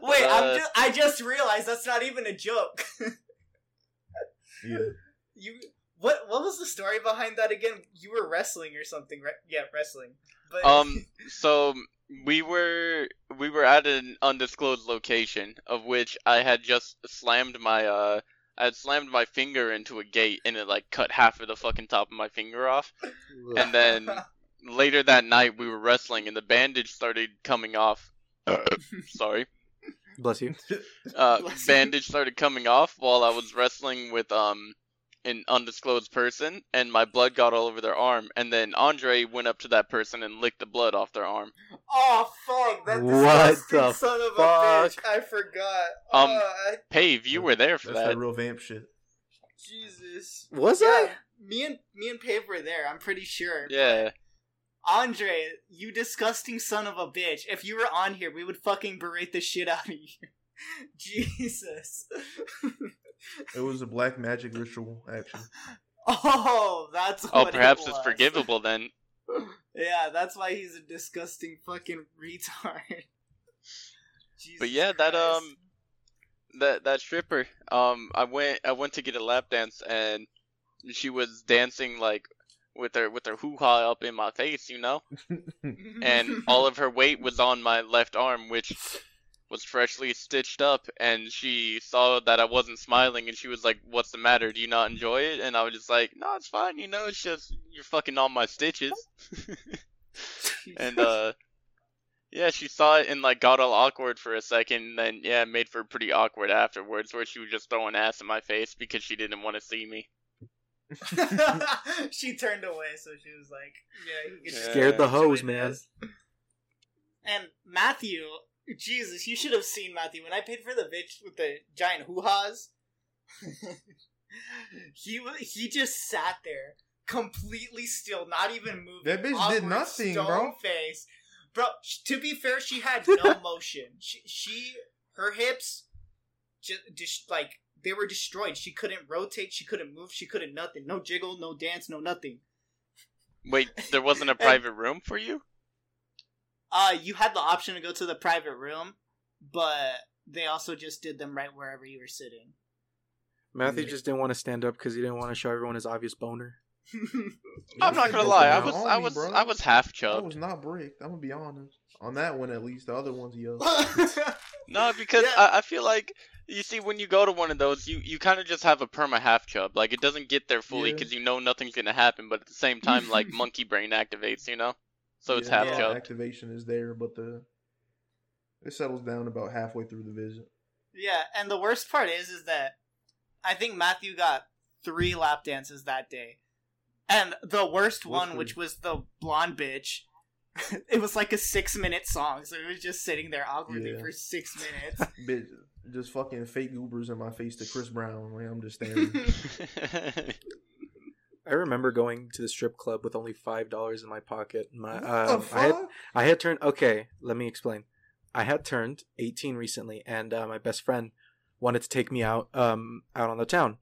[SPEAKER 4] Wait,
[SPEAKER 1] Uh,
[SPEAKER 4] I'm just, I just realized that's not even a joke.
[SPEAKER 5] yeah.
[SPEAKER 4] you what? What was the story behind that again? You were wrestling or something, right? Yeah, wrestling. But
[SPEAKER 1] Um. So we were we were at an undisclosed location of which I had just slammed my uh I had slammed my finger into a gate and it like cut half of the fucking top of my finger off. And then later that night we were wrestling and the bandage started coming off. Sorry.
[SPEAKER 2] Bless you.
[SPEAKER 1] Uh,
[SPEAKER 4] Bless you.
[SPEAKER 1] bandage started coming off while I was wrestling with um an undisclosed person and my blood got all over their arm and then Andre went up to that person and licked the blood off their arm.
[SPEAKER 4] oh fuck, that
[SPEAKER 2] What
[SPEAKER 4] disgusting
[SPEAKER 2] the
[SPEAKER 4] son of a bitch!
[SPEAKER 2] fuck?
[SPEAKER 4] I forgot.
[SPEAKER 1] Um,
[SPEAKER 4] oh, I,
[SPEAKER 1] Pave, you were there for
[SPEAKER 5] That's that.
[SPEAKER 1] that.
[SPEAKER 5] real vamp shit.
[SPEAKER 4] Jesus.
[SPEAKER 2] Was
[SPEAKER 4] yeah,
[SPEAKER 2] I?
[SPEAKER 4] me and me and Paige were there. I'm pretty sure.
[SPEAKER 1] Yeah.
[SPEAKER 4] Andre, you disgusting son of a bitch. If you were on here, we would fucking berate the shit out of you. Jesus.
[SPEAKER 5] It was a black magic ritual action.
[SPEAKER 4] oh, that's
[SPEAKER 1] Oh,
[SPEAKER 4] what it
[SPEAKER 1] perhaps it's
[SPEAKER 4] was.
[SPEAKER 1] forgivable then.
[SPEAKER 4] Yeah, that's why he's a disgusting fucking retard. Jesus
[SPEAKER 1] But yeah, that
[SPEAKER 4] Christ.
[SPEAKER 1] um that that stripper, um I went I went to get a lap dance and she was dancing like with her with her hoo ha up in my face, you know? um, And all of her weight was on my left arm which was freshly stitched up and she saw that I wasn't smiling and she was like, What's the matter? Do you not enjoy it? And I was just like, No, it's fine, you know, it's just you're fucking on my stitches and uh yeah she saw it and like got all awkward for a second and then yeah it made for pretty awkward afterwards where she was just throwing ass in my face because she didn't want to see me
[SPEAKER 4] she turned away, so she was like, "Yeah, he could just
[SPEAKER 1] Yeah.
[SPEAKER 2] Scared the
[SPEAKER 4] enjoy
[SPEAKER 2] hose, man.
[SPEAKER 4] this. And Matthew, Jesus, you should have seen Matthew when I paid for the bitch with the giant hoo ha's. he wa- he just sat there completely still, not even moving.
[SPEAKER 5] That bitch did
[SPEAKER 4] awkward,
[SPEAKER 5] nothing, bro.
[SPEAKER 4] stone Face, bro. sh- To be fair, she had no motion. She, she her hips just, just like they were destroyed. She couldn't rotate. She couldn't move. She couldn't nothing. No jiggle. No dance. No nothing.
[SPEAKER 1] Wait, there wasn't a private room for you?
[SPEAKER 4] Uh, you had the option to go to the private room, but they also just did them right wherever you were sitting.
[SPEAKER 2] Matthew just didn't want to stand up because he didn't want to show everyone his obvious boner.
[SPEAKER 1] I'm not gonna
[SPEAKER 5] Broken
[SPEAKER 1] lie, I
[SPEAKER 5] down
[SPEAKER 1] was
[SPEAKER 5] on
[SPEAKER 1] I
[SPEAKER 5] me,
[SPEAKER 1] was
[SPEAKER 5] bro.
[SPEAKER 1] I was half
[SPEAKER 5] I
[SPEAKER 1] choked.
[SPEAKER 5] was not bricked. I'm gonna be honest. On that one, at least the other one's yo.
[SPEAKER 1] No, because
[SPEAKER 4] Yeah.
[SPEAKER 1] I, I feel like you see when you go to one of those, you, you kind of just have a perma half chub. Like it doesn't get there fully
[SPEAKER 5] Yeah.
[SPEAKER 1] because you know nothing's gonna happen, but at the same time, like monkey brain activates, you know. So it's half
[SPEAKER 5] the
[SPEAKER 1] chub.
[SPEAKER 5] Activation is there, but the it settles down about halfway through the visit.
[SPEAKER 4] yeah, and the worst part is, is that I think Matthew got three lap dances that day, and the worst
[SPEAKER 5] What
[SPEAKER 4] one,
[SPEAKER 5] three?
[SPEAKER 4] which was the blonde bitch. It was like a six minute song, so it was just sitting there awkwardly
[SPEAKER 5] Yeah.
[SPEAKER 4] for six minutes.
[SPEAKER 5] Bitch, just fucking fake goobers in my face to Chris Brown. Like I'm just staring.
[SPEAKER 2] I remember going to the strip club with only five dollars in my pocket. My
[SPEAKER 5] What
[SPEAKER 2] um, I had I had turned okay. Let me explain. I had turned 18 recently, and uh, my best friend wanted to take me out um, out on the town,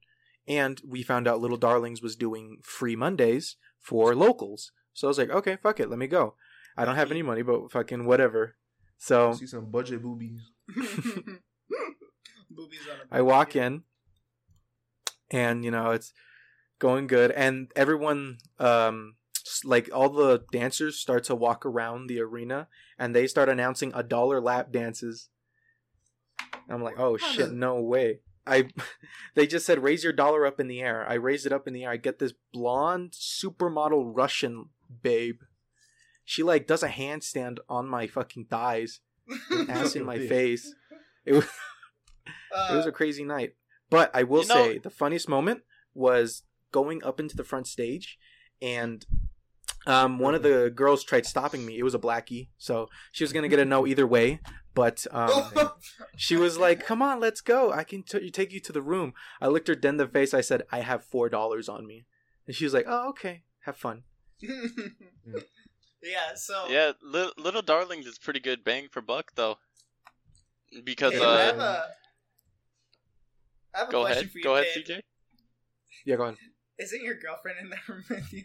[SPEAKER 2] and we found out Little Darlings was doing free Mondays for locals. So I was like, okay, fuck it, let me go. I don't have any money, but fucking whatever. So
[SPEAKER 5] See some budget boobies.
[SPEAKER 4] Boobies on a
[SPEAKER 2] I walk
[SPEAKER 4] blanket.
[SPEAKER 2] in, and you know it's going good, and everyone, um, s- like all the dancers, start to walk around the arena, and they start announcing a dollar lap dances. I'm like, oh
[SPEAKER 5] How
[SPEAKER 2] shit,
[SPEAKER 5] does-
[SPEAKER 2] no way. I, they just said raise your dollar up in the air. I raised it up in the air. I get this blonde supermodel Russian babe. She like does a handstand on my fucking thighs, ass in my
[SPEAKER 5] Dick.
[SPEAKER 2] face. It was it was
[SPEAKER 4] Uh,
[SPEAKER 2] a crazy night. But I will
[SPEAKER 1] You know-
[SPEAKER 2] say the funniest moment was going up into the front stage and um, one of the girls tried stopping me. It was a blackie, so she was gonna get a no either way. But
[SPEAKER 1] Oh.
[SPEAKER 2] um, she was like, "Come on, let's go. I can t- take you to the room." I looked her dead in the face. I said, "I have four dollars on me," and she was like, "Oh, okay. Have fun."
[SPEAKER 4] yeah, so
[SPEAKER 1] yeah, Li- Little Darlings is pretty good bang for buck though. Because
[SPEAKER 4] Hey,
[SPEAKER 5] Yeah,
[SPEAKER 4] I
[SPEAKER 1] uh,
[SPEAKER 4] have a, I have a
[SPEAKER 1] go
[SPEAKER 4] question
[SPEAKER 1] ahead,
[SPEAKER 4] for you.
[SPEAKER 1] go ahead,
[SPEAKER 4] Dave.
[SPEAKER 1] CJ.
[SPEAKER 2] Yeah, go on.
[SPEAKER 4] Isn't your girlfriend in that room with you?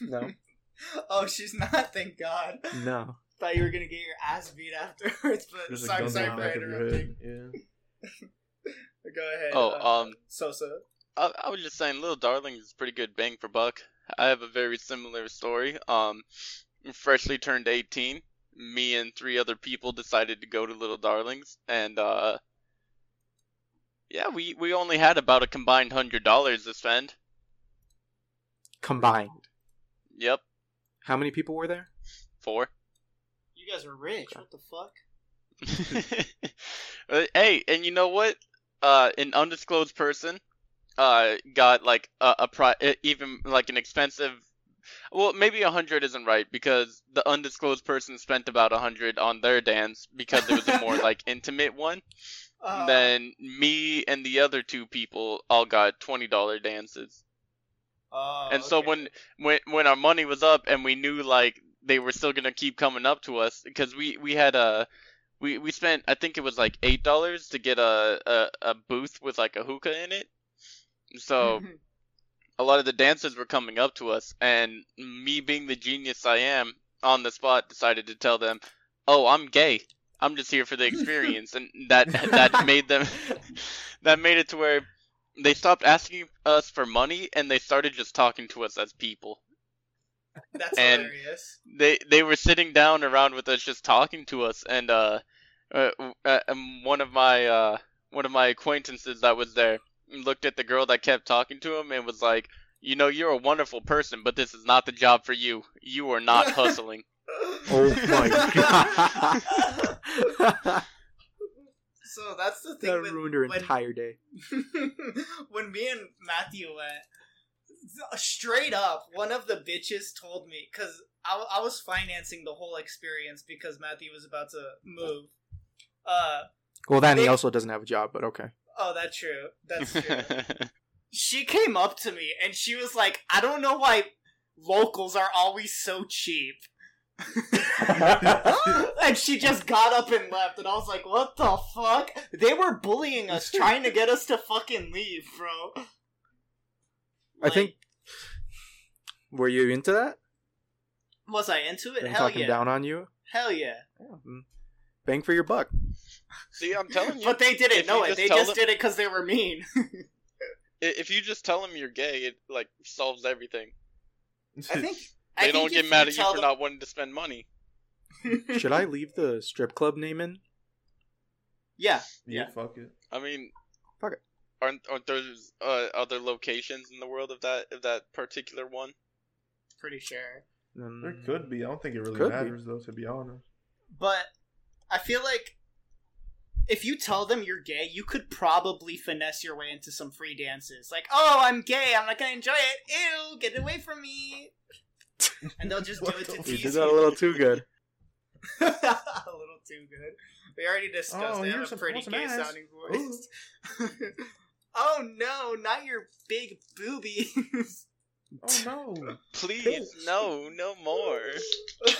[SPEAKER 2] No.
[SPEAKER 4] oh, she's not. Thank God.
[SPEAKER 2] No,
[SPEAKER 4] Thought you were gonna get your ass beat afterwards, but
[SPEAKER 5] There's a
[SPEAKER 4] sorry,
[SPEAKER 5] gun to
[SPEAKER 4] sorry
[SPEAKER 5] the
[SPEAKER 4] for
[SPEAKER 5] back of your
[SPEAKER 4] interrupting.
[SPEAKER 5] head. Yeah.
[SPEAKER 4] Go ahead.
[SPEAKER 1] Oh,
[SPEAKER 4] uh,
[SPEAKER 1] um,
[SPEAKER 4] Sosa.
[SPEAKER 1] I, I was just saying, Little Darling is pretty good bang for buck. I have a very similar story. Um, freshly turned 18, me and three other people decided to go to Little Darlings, and uh, yeah, we we only had about a combined hundred dollars to spend.
[SPEAKER 2] combined.
[SPEAKER 1] Yep,
[SPEAKER 2] How many people were there?
[SPEAKER 1] four.
[SPEAKER 4] You guys are rich. What the fuck?
[SPEAKER 1] Uh, hey, and you know what? Uh, an undisclosed person, uh, got like a, a pri- e- even like an expensive. Well, maybe a hundred isn't right because the undisclosed person spent about a hundred on their dance because it was a more like intimate one.
[SPEAKER 4] Uh,
[SPEAKER 1] then me and the other two people all got twenty dollar dances.
[SPEAKER 4] oh,
[SPEAKER 1] and so
[SPEAKER 4] okay.
[SPEAKER 1] when when when our money was up and we knew like they were still gonna keep coming up to us because we we had a we we spent I think it was like eight dollars to get a, a a booth with like a hookah in it. So a lot of the dancers were coming up to us, and me being the genius I am on the spot decided to tell them, "Oh, I'm gay. I'm just here for the experience," and that that made them that made it to where they stopped asking us for money and they started just talking to us as people.
[SPEAKER 4] that's
[SPEAKER 1] and-
[SPEAKER 4] hilarious.
[SPEAKER 1] They they were sitting down around with us just talking to us and uh, uh, uh and one of my uh one of my acquaintances that was there looked at the girl that kept talking to him and was like, "You know, you're a wonderful person, but this is not the job for you. You are not hustling."
[SPEAKER 2] Oh my god!
[SPEAKER 4] So that's the thing
[SPEAKER 2] that
[SPEAKER 4] with
[SPEAKER 2] ruined her
[SPEAKER 4] when-
[SPEAKER 2] entire day.
[SPEAKER 4] when me and Matthew went, straight up, one of the bitches told me because I, I was financing the whole experience because Matthew was about to move. Uh
[SPEAKER 2] Well, then he
[SPEAKER 4] They-
[SPEAKER 2] also doesn't have a job, but okay.
[SPEAKER 4] oh, that's true. That's true. she came up to me and she was like, "I don't know why locals are always so cheap." and she just got up and left, and I was like, "What the fuck? They were bullying us, trying to get us to fucking leave, bro."
[SPEAKER 2] I think. Were you into that?
[SPEAKER 4] was I into it?
[SPEAKER 2] Them
[SPEAKER 4] Hell
[SPEAKER 2] talking
[SPEAKER 4] yeah!
[SPEAKER 2] down on you?
[SPEAKER 4] Hell yeah!
[SPEAKER 2] Yeah. mm. Bang for your buck.
[SPEAKER 1] See, I'm telling you.
[SPEAKER 4] But they
[SPEAKER 1] If
[SPEAKER 4] didn't
[SPEAKER 1] you
[SPEAKER 4] know it.
[SPEAKER 1] just
[SPEAKER 4] They
[SPEAKER 1] tell
[SPEAKER 4] just
[SPEAKER 1] them-
[SPEAKER 4] did it because they were mean.
[SPEAKER 1] I- If you just tell them you're gay, it like solves everything.
[SPEAKER 4] I think
[SPEAKER 1] They
[SPEAKER 4] I think
[SPEAKER 1] don't
[SPEAKER 4] if
[SPEAKER 1] get mad at you
[SPEAKER 4] tell
[SPEAKER 1] for
[SPEAKER 4] them-
[SPEAKER 1] not wanting to spend money.
[SPEAKER 2] Should I leave the strip club name in?
[SPEAKER 4] Yeah,
[SPEAKER 5] yeah,
[SPEAKER 4] Yeah.
[SPEAKER 5] fuck it.
[SPEAKER 1] I mean,
[SPEAKER 2] Fuck it.
[SPEAKER 1] Aren't aren't there uh, other locations in the world of that of that particular one?
[SPEAKER 4] pretty sure.
[SPEAKER 2] Um,
[SPEAKER 5] There could be. I don't think it really
[SPEAKER 2] Could be.
[SPEAKER 5] matters though, to be honest.
[SPEAKER 4] But I feel like if you tell them you're gay, you could probably finesse your way into some free dances. Like, oh, I'm gay. I'm not gonna enjoy it. Ew, get away from me. And they'll just do
[SPEAKER 5] What
[SPEAKER 4] it
[SPEAKER 5] the
[SPEAKER 4] to
[SPEAKER 5] fuck?
[SPEAKER 2] You
[SPEAKER 4] tease
[SPEAKER 2] did
[SPEAKER 4] you.
[SPEAKER 2] that a little too good.
[SPEAKER 4] a little too good. We already discussed.
[SPEAKER 5] Oh,
[SPEAKER 4] they have a
[SPEAKER 5] here's some-
[SPEAKER 4] pretty
[SPEAKER 5] want some
[SPEAKER 4] gay
[SPEAKER 5] ass?
[SPEAKER 4] sounding voice. oh no, not your big boobies.
[SPEAKER 5] Oh no.
[SPEAKER 1] Please, no, no more.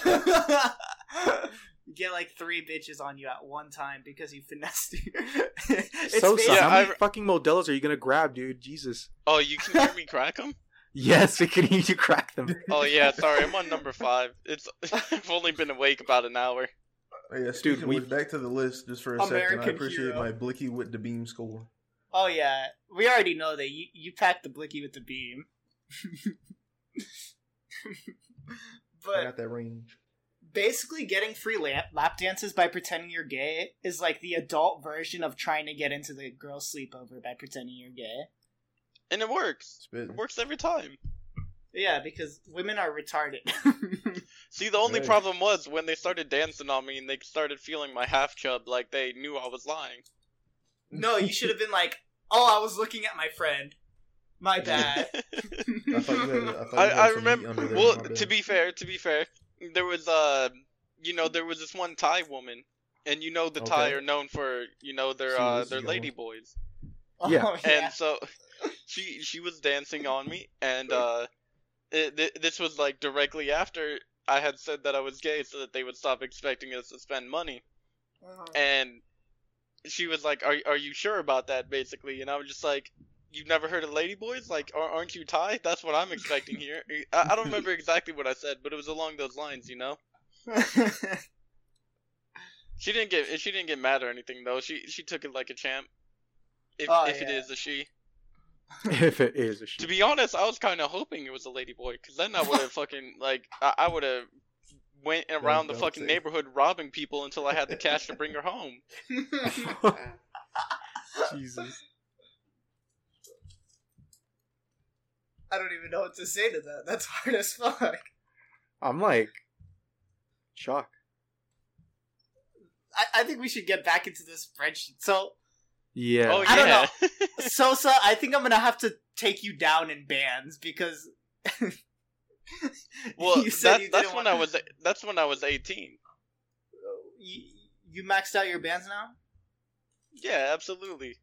[SPEAKER 4] You Get like three bitches on you at one time because you finessed her. it's
[SPEAKER 2] so,
[SPEAKER 4] basically-
[SPEAKER 2] son, how
[SPEAKER 1] Yeah,
[SPEAKER 2] many
[SPEAKER 1] I-
[SPEAKER 2] fucking Modelo's are you gonna grab, dude? Jesus.
[SPEAKER 1] Oh, you can hear me crack them.
[SPEAKER 2] Yes, we could need to crack them.
[SPEAKER 1] Oh yeah, sorry, I'm on number five. It's I've only been awake about an hour.
[SPEAKER 5] Oh, Yeah, speaking
[SPEAKER 2] we-
[SPEAKER 5] of which, back to the list just for a second. I
[SPEAKER 4] American
[SPEAKER 5] appreciate
[SPEAKER 4] hero.
[SPEAKER 5] my Blicky with the beam score.
[SPEAKER 4] oh yeah, we already know that you you packed the blicky with the beam.
[SPEAKER 5] I
[SPEAKER 4] but
[SPEAKER 5] got that range.
[SPEAKER 4] basically, getting free lap, lap dances by pretending you're gay is like the adult version of trying to get into the girl sleepover by pretending you're gay.
[SPEAKER 1] And it works.
[SPEAKER 5] Spit.
[SPEAKER 1] It works every time.
[SPEAKER 4] Yeah, because women are retarded.
[SPEAKER 1] See, the only
[SPEAKER 5] Right.
[SPEAKER 1] problem was when they started dancing on me and they started feeling my half chub like they knew I was lying.
[SPEAKER 4] no, you should have been like, "Oh, I was looking at my friend. My bad."
[SPEAKER 5] I thought you had. I, thought you
[SPEAKER 1] I,
[SPEAKER 5] had
[SPEAKER 1] I
[SPEAKER 5] some meat
[SPEAKER 1] remember.
[SPEAKER 5] under there,
[SPEAKER 1] Well,
[SPEAKER 5] my bad.
[SPEAKER 1] to be fair, to be fair, there was uh, you know, there was this one Thai woman, and you know the Thai
[SPEAKER 5] Okay.
[SPEAKER 1] are known for you know
[SPEAKER 5] See,
[SPEAKER 1] their uh
[SPEAKER 5] this is
[SPEAKER 1] their
[SPEAKER 5] good
[SPEAKER 1] lady
[SPEAKER 5] one.
[SPEAKER 1] boys,
[SPEAKER 2] Yeah.
[SPEAKER 4] Oh,
[SPEAKER 1] and so she she was dancing on me, and uh, it, th- this was like directly after I had said that I was gay, so that they would stop expecting us to spend money, and she was like, "Are are you sure about that?" Basically, and I was just like. You've never heard of ladyboys? Like, ar- aren't you Thai? That's what I'm expecting here. I, I don't remember exactly what I said, but it was along those lines, you know.
[SPEAKER 4] Oh.
[SPEAKER 1] She didn't get she didn't get mad or anything though. She she took it like a champ. If
[SPEAKER 4] Oh,
[SPEAKER 1] if it
[SPEAKER 4] yeah.
[SPEAKER 1] is a she.
[SPEAKER 2] if it is a shit.
[SPEAKER 1] To be honest, I was kind of hoping it was a lady boy, cause then I would have fucking like I, I would have went around the
[SPEAKER 5] don't
[SPEAKER 1] fucking
[SPEAKER 5] say.
[SPEAKER 1] neighborhood robbing people until I had the cash to bring her home.
[SPEAKER 2] Jesus.
[SPEAKER 4] I don't even know what to say to that. That's hard as fuck.
[SPEAKER 2] I'm like shocked.
[SPEAKER 4] I, I think we should get back into this spreadsheet. So,
[SPEAKER 2] Yeah.
[SPEAKER 1] Oh yeah.
[SPEAKER 4] I don't know. Sosa, I think I'm gonna have to take you down in bands because.
[SPEAKER 1] well,
[SPEAKER 4] you said
[SPEAKER 1] that's
[SPEAKER 4] you
[SPEAKER 1] that's
[SPEAKER 4] didn't
[SPEAKER 1] when
[SPEAKER 4] want-
[SPEAKER 1] I was that's when I was eighteen.
[SPEAKER 4] You, you maxed out your bands now.
[SPEAKER 1] Yeah, absolutely.